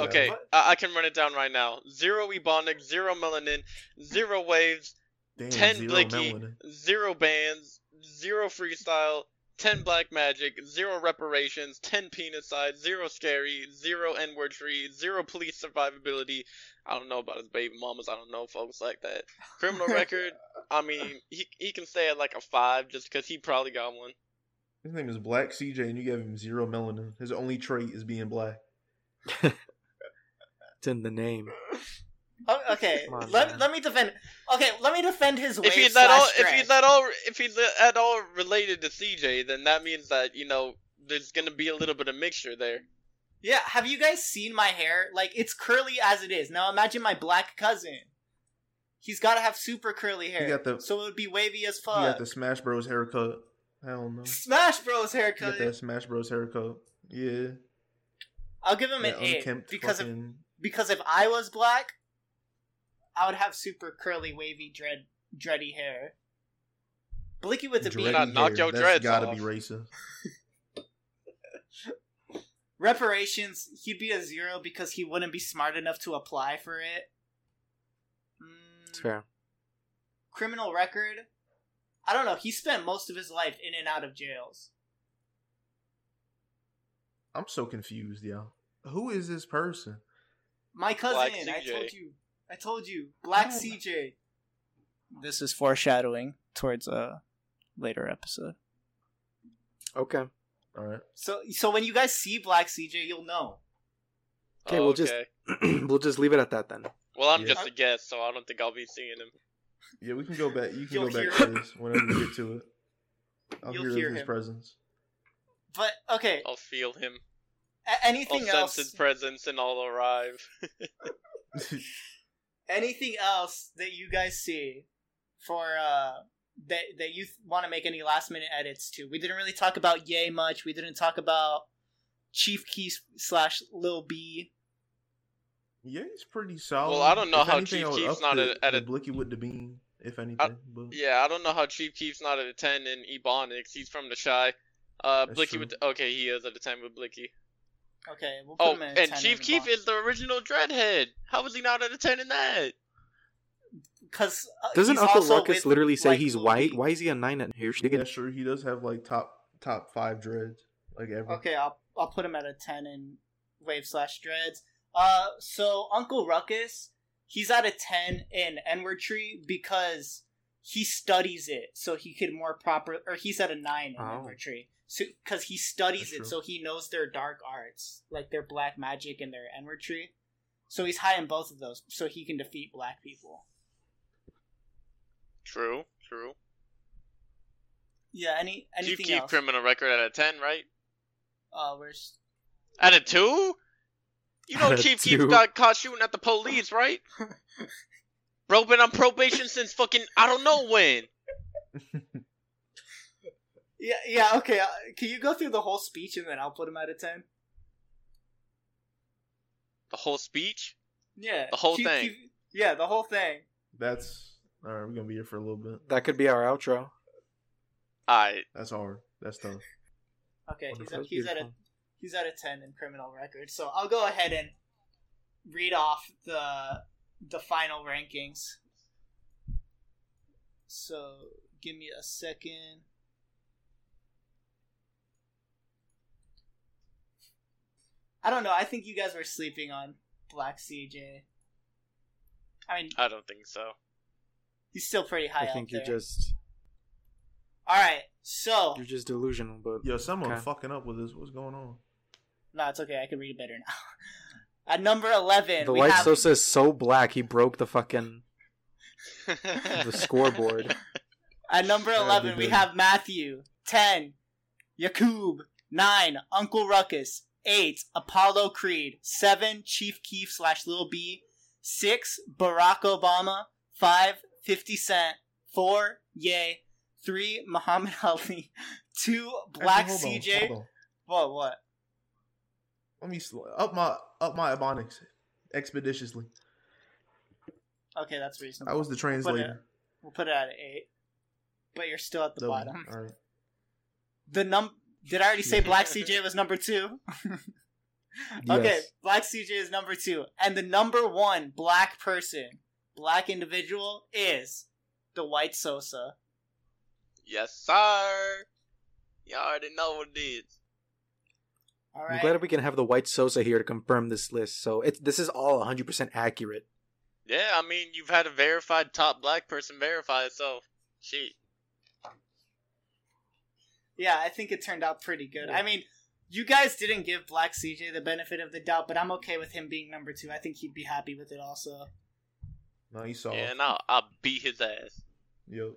[SPEAKER 5] Yeah.
[SPEAKER 1] Okay,
[SPEAKER 4] What?
[SPEAKER 1] I-, I can run it down right now. Zero ebonic, zero melanin, zero waves,
[SPEAKER 5] Damn,
[SPEAKER 1] ten
[SPEAKER 5] zero
[SPEAKER 1] blicky,
[SPEAKER 5] melanin.
[SPEAKER 1] zero bands, zero freestyle, ten black magic, zero reparations, ten penis size, zero scary, zero n word free, zero police survivability. I don't know about his baby mamas. I don't know folks like that. Criminal record. I mean, he he can stay at like a five just because he probably got one.
[SPEAKER 5] His name is Black CJ, and you gave him zero melanin. His only trait is being black.
[SPEAKER 2] It's in the name.
[SPEAKER 4] O- Oh, Okay,
[SPEAKER 2] Come on,
[SPEAKER 4] let,
[SPEAKER 2] man.
[SPEAKER 4] let me defend. Okay, let me defend his way.
[SPEAKER 1] if he's
[SPEAKER 4] slash
[SPEAKER 1] at all if
[SPEAKER 4] dress.
[SPEAKER 1] he's at all if he's at all related to CJ, then that means that you know there's gonna be a little bit of mixture there.
[SPEAKER 4] Yeah, have you guys seen my hair? Like it's curly as it is. Now imagine my black cousin. He's got to have super curly hair.
[SPEAKER 5] got the-
[SPEAKER 4] so it would be wavy as
[SPEAKER 5] He got
[SPEAKER 4] fuck.
[SPEAKER 5] the Smash Bros haircut. Hell no.
[SPEAKER 4] Smash Bros
[SPEAKER 5] He got
[SPEAKER 4] haircut.
[SPEAKER 5] that Smash Bros haircut. Yeah.
[SPEAKER 4] I'll give him an
[SPEAKER 5] That
[SPEAKER 4] eight
[SPEAKER 5] unkempt
[SPEAKER 4] because if,
[SPEAKER 5] fucking-
[SPEAKER 4] because if I was black, I would have super curly wavy dread dready hair. Blicky with the
[SPEAKER 5] dready
[SPEAKER 4] beard.
[SPEAKER 1] Not knock
[SPEAKER 5] hair.
[SPEAKER 1] your
[SPEAKER 5] That's
[SPEAKER 1] dreads
[SPEAKER 5] gotta
[SPEAKER 1] off.
[SPEAKER 5] be racist.
[SPEAKER 4] Reparations, he'd be a zero because he wouldn't be smart enough to apply for it. Mm.
[SPEAKER 2] It's fair.
[SPEAKER 4] criminal record. I don't know. He spent most of his life in and out of jails.
[SPEAKER 5] I'm so confused, y'all. Who is this person?
[SPEAKER 4] My cousin.
[SPEAKER 1] Black
[SPEAKER 4] I
[SPEAKER 1] CJ.
[SPEAKER 4] told you. I told you. Black
[SPEAKER 5] Oh.
[SPEAKER 4] CJ. This is foreshadowing towards a later episode.
[SPEAKER 2] Okay.
[SPEAKER 5] All right.
[SPEAKER 4] So, so when you guys see Black CJ, you'll know.
[SPEAKER 2] Okay, we'll just- we'll just leave it at that then.
[SPEAKER 1] Well, I'm
[SPEAKER 5] Yeah.
[SPEAKER 1] just a guest, so I don't think I'll be seeing him.
[SPEAKER 5] Yeah, we can go back. You can
[SPEAKER 4] You'll
[SPEAKER 5] go back
[SPEAKER 4] hear
[SPEAKER 5] to this whenever we get to it. I'll
[SPEAKER 4] You'll
[SPEAKER 5] hear, of
[SPEAKER 4] hear
[SPEAKER 5] his
[SPEAKER 4] him.
[SPEAKER 5] presence.
[SPEAKER 4] But okay,
[SPEAKER 1] I'll feel him.
[SPEAKER 4] a-
[SPEAKER 1] I'll
[SPEAKER 4] anything
[SPEAKER 1] sense
[SPEAKER 4] else?
[SPEAKER 1] his presence and I'll arrive.
[SPEAKER 4] Anything else that you guys see for uh that that you want to make any last minute edits to? We didn't really talk about Yay much. We didn't talk about Chief Key slash Lil B.
[SPEAKER 5] yeah, he's pretty solid.
[SPEAKER 1] Well, I don't know
[SPEAKER 5] If
[SPEAKER 1] how
[SPEAKER 5] anything,
[SPEAKER 1] Chief
[SPEAKER 5] I would
[SPEAKER 1] Keef's
[SPEAKER 5] up
[SPEAKER 1] not
[SPEAKER 5] the-
[SPEAKER 1] a- at
[SPEAKER 5] the
[SPEAKER 1] a-
[SPEAKER 5] blicky with the bean, if anything. but
[SPEAKER 1] yeah, I don't know how Chief Keef's not at a ten in Ebonics. He's from the shy. Uh,
[SPEAKER 5] That's
[SPEAKER 1] Blicky
[SPEAKER 5] true.
[SPEAKER 1] with the, okay, he is at a ten with Blicky.
[SPEAKER 4] Okay, we'll put
[SPEAKER 1] Oh,
[SPEAKER 4] him in a
[SPEAKER 1] and
[SPEAKER 4] 10
[SPEAKER 1] Chief
[SPEAKER 4] in the
[SPEAKER 1] Keef
[SPEAKER 4] box.
[SPEAKER 1] is the original Dreadhead. How was he not at a ten in that?
[SPEAKER 4] Cause uh,
[SPEAKER 2] Doesn't
[SPEAKER 4] he's
[SPEAKER 2] Uncle
[SPEAKER 4] also
[SPEAKER 2] Ruckus
[SPEAKER 4] with,
[SPEAKER 2] literally say
[SPEAKER 4] like,
[SPEAKER 2] he's
[SPEAKER 4] Louis.
[SPEAKER 2] white? Why is he a nine at here?
[SPEAKER 5] Yeah, sure. He does have like top top five dreads, like ever.
[SPEAKER 4] Okay, I'll I'll put him at a ten in wave slash dreads. Uh, so Uncle Ruckus, he's at a ten in N-word tree because he studies it, so he could more proper, or he's at a nine in
[SPEAKER 2] Oh.
[SPEAKER 4] N-word tree, so because he studies
[SPEAKER 5] That's
[SPEAKER 4] it,
[SPEAKER 5] true.
[SPEAKER 4] so he knows their dark arts, like their black magic and their N-word tree. So he's high in both of those, so he can defeat black people.
[SPEAKER 1] True, true.
[SPEAKER 4] Yeah. Any
[SPEAKER 1] Chief
[SPEAKER 4] anything
[SPEAKER 1] Keef
[SPEAKER 4] else?
[SPEAKER 1] criminal record at a ten, right?
[SPEAKER 4] uh, where's
[SPEAKER 1] At a two? You know
[SPEAKER 2] At a
[SPEAKER 1] Chief
[SPEAKER 2] two.
[SPEAKER 1] Keef got caught shooting at the police, right? Bro been on probation since fucking I don't know when.
[SPEAKER 4] yeah yeah okay. Uh, can you go through the whole speech and then I'll put him at a ten?
[SPEAKER 1] The whole speech?
[SPEAKER 4] Yeah.
[SPEAKER 1] The whole
[SPEAKER 4] Keep-
[SPEAKER 1] thing.
[SPEAKER 4] keep- yeah, the whole thing.
[SPEAKER 5] That's all right. We're gonna be here for a little bit.
[SPEAKER 2] That could be our outro.
[SPEAKER 1] Alright.
[SPEAKER 5] That's hard. That's tough.
[SPEAKER 4] Okay, he's
[SPEAKER 2] Wonderful.
[SPEAKER 4] at, he's at a
[SPEAKER 2] Beautiful.
[SPEAKER 4] he's at a ten in criminal record. So I'll go ahead and read off the the final rankings. So give me a second. I don't know. I think you guys were sleeping on Black CJ. I mean,
[SPEAKER 1] I don't think so.
[SPEAKER 4] he's still pretty high
[SPEAKER 2] I think
[SPEAKER 4] up
[SPEAKER 2] you're
[SPEAKER 4] there.
[SPEAKER 2] just
[SPEAKER 4] All right, so
[SPEAKER 2] you're just delusional, but
[SPEAKER 5] Yo, someone
[SPEAKER 2] Okay.
[SPEAKER 5] fucking up with this. What's going on?
[SPEAKER 4] no, it's okay. I can read it better now. At number eleven,
[SPEAKER 2] the
[SPEAKER 4] we
[SPEAKER 2] white
[SPEAKER 4] have
[SPEAKER 2] Sosa is so black he broke the fucking the scoreboard.
[SPEAKER 4] At number
[SPEAKER 5] Yeah,
[SPEAKER 4] 11, we
[SPEAKER 5] dude.
[SPEAKER 4] have Matthew. 10, Yakub. 9, Uncle Ruckus. 8, Apollo Creed. 7, Chief Keef slash Lil B. 6, Barack Obama. 5, 50 Cent. 4, Yay. 3, Muhammad Ali. 2, Black
[SPEAKER 5] Actually, hold on,
[SPEAKER 4] CJ.
[SPEAKER 5] hold on.
[SPEAKER 4] What, what?
[SPEAKER 5] Let me sl- up my up my ebonics expeditiously.
[SPEAKER 4] Okay, that's
[SPEAKER 5] I
[SPEAKER 4] reasonable.
[SPEAKER 5] was the translator.
[SPEAKER 4] We'll put it at 8. But you're still at the
[SPEAKER 5] Double.
[SPEAKER 4] bottom.
[SPEAKER 5] All right.
[SPEAKER 4] The num. Did I already say
[SPEAKER 1] Yeah.
[SPEAKER 4] Black CJ was number 2? Okay,
[SPEAKER 2] Yes.
[SPEAKER 4] Black CJ is number two, and the number one black person, black individual is the white Sosa.
[SPEAKER 1] yes, sir. Y'all already know what it is.
[SPEAKER 4] All
[SPEAKER 2] I'm
[SPEAKER 4] right,
[SPEAKER 2] glad we can have the white Sosa here to confirm this list. So it, this is all 100% accurate.
[SPEAKER 1] Yeah, I mean you've had a verified top black person verify it, so shit.
[SPEAKER 4] yeah, I think it turned out pretty good. I mean, you guys didn't give Black CJ the benefit of the doubt, but I'm okay with him being number two. I think he'd be happy with it also.
[SPEAKER 5] No, you saw.
[SPEAKER 1] Yeah, and I'll, I'll beat his ass.
[SPEAKER 5] Yep.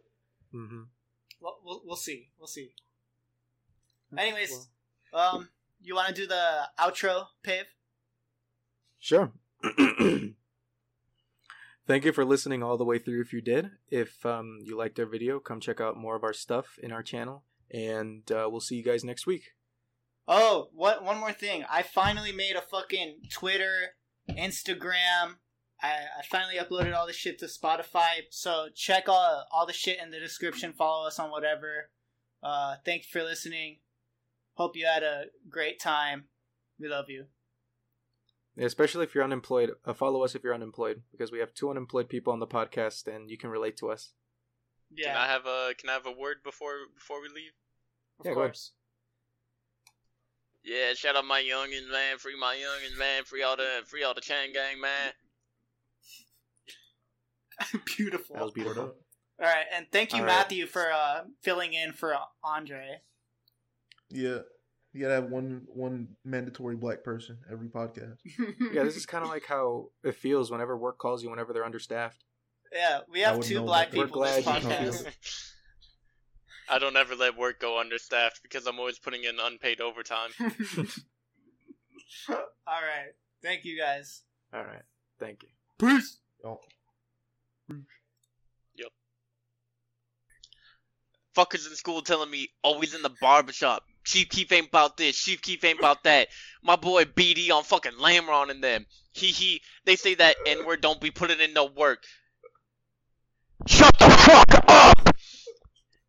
[SPEAKER 2] hmm
[SPEAKER 4] We'll we'll, we'll see. We'll see. Anyways, um, you want to do the outro, Pave?
[SPEAKER 2] Sure. Thank you for listening all the way through if you did. If um, you liked our video, come check out more of our stuff in our channel. And uh, we'll see you guys next week.
[SPEAKER 4] Oh, what? One more thing. I finally made a fucking Twitter, Instagram. I, I finally uploaded all this shit to Spotify. So check all all the shit in the description. Follow us on whatever. Uh, thank you for listening. Hope you had a great time. We love you.
[SPEAKER 2] Especially if you're unemployed, uh, follow us if you're unemployed because we have two unemployed people on the podcast and you can relate to us.
[SPEAKER 4] Yeah,
[SPEAKER 1] Can I have a Can I have a word before before we leave?
[SPEAKER 4] of
[SPEAKER 2] Yeah, go ahead.
[SPEAKER 4] course.
[SPEAKER 1] Yeah, shout out my youngins, man. Free my youngins, man. Free all the free all the chain gang, man.
[SPEAKER 4] Beautiful.
[SPEAKER 2] That was beautiful.
[SPEAKER 4] all right, and thank you,
[SPEAKER 2] All right.
[SPEAKER 4] Matthew, for uh, filling in for uh, Andre.
[SPEAKER 5] Yeah. You gotta have one one mandatory black person every podcast.
[SPEAKER 2] Yeah, this is kind of like how it feels whenever work calls you whenever they're understaffed.
[SPEAKER 4] Yeah, we
[SPEAKER 5] I
[SPEAKER 4] have
[SPEAKER 5] wouldn't
[SPEAKER 4] two
[SPEAKER 5] know
[SPEAKER 4] black
[SPEAKER 5] about that.
[SPEAKER 4] people on this
[SPEAKER 2] We're glad you can
[SPEAKER 4] podcast.
[SPEAKER 2] feel
[SPEAKER 1] I don't ever let work go understaffed because I'm always putting in unpaid overtime.
[SPEAKER 4] all right, thank you guys.
[SPEAKER 2] All right. Thank you.
[SPEAKER 4] Peace.
[SPEAKER 5] Y'all-
[SPEAKER 1] Fuckers in school telling me always in the barbershop. Chief Keef ain't about this. Chief Keef ain't about that. My boy BD on fucking Lamron and them. He he. They say that N word don't be putting in no work. Shut the fuck up.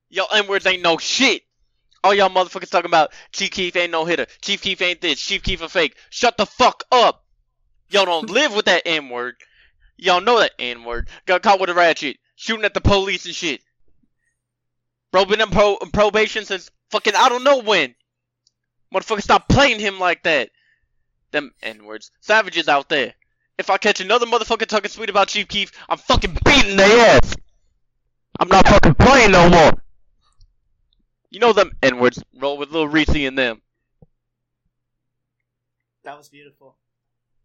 [SPEAKER 1] Yo, N words ain't no shit. All y'all motherfuckers talking about Chief Keef ain't no hitter. Chief Keef ain't this. Chief Keef a fake. Shut the fuck up. Y'all don't live with that N word. Y'all know that N word. Got caught with a ratchet. Shooting at the police and shit. Bro been on pro- probation since fucking I don't know when. Motherfucker stop playing him like that. Them N words. Savages out there. If I catch another motherfucker talking sweet about Chief Keef, I'm fucking beating their ass. I'm not fucking playing no more. You know them N words. Roll with Lil Reese and them.
[SPEAKER 3] That was beautiful.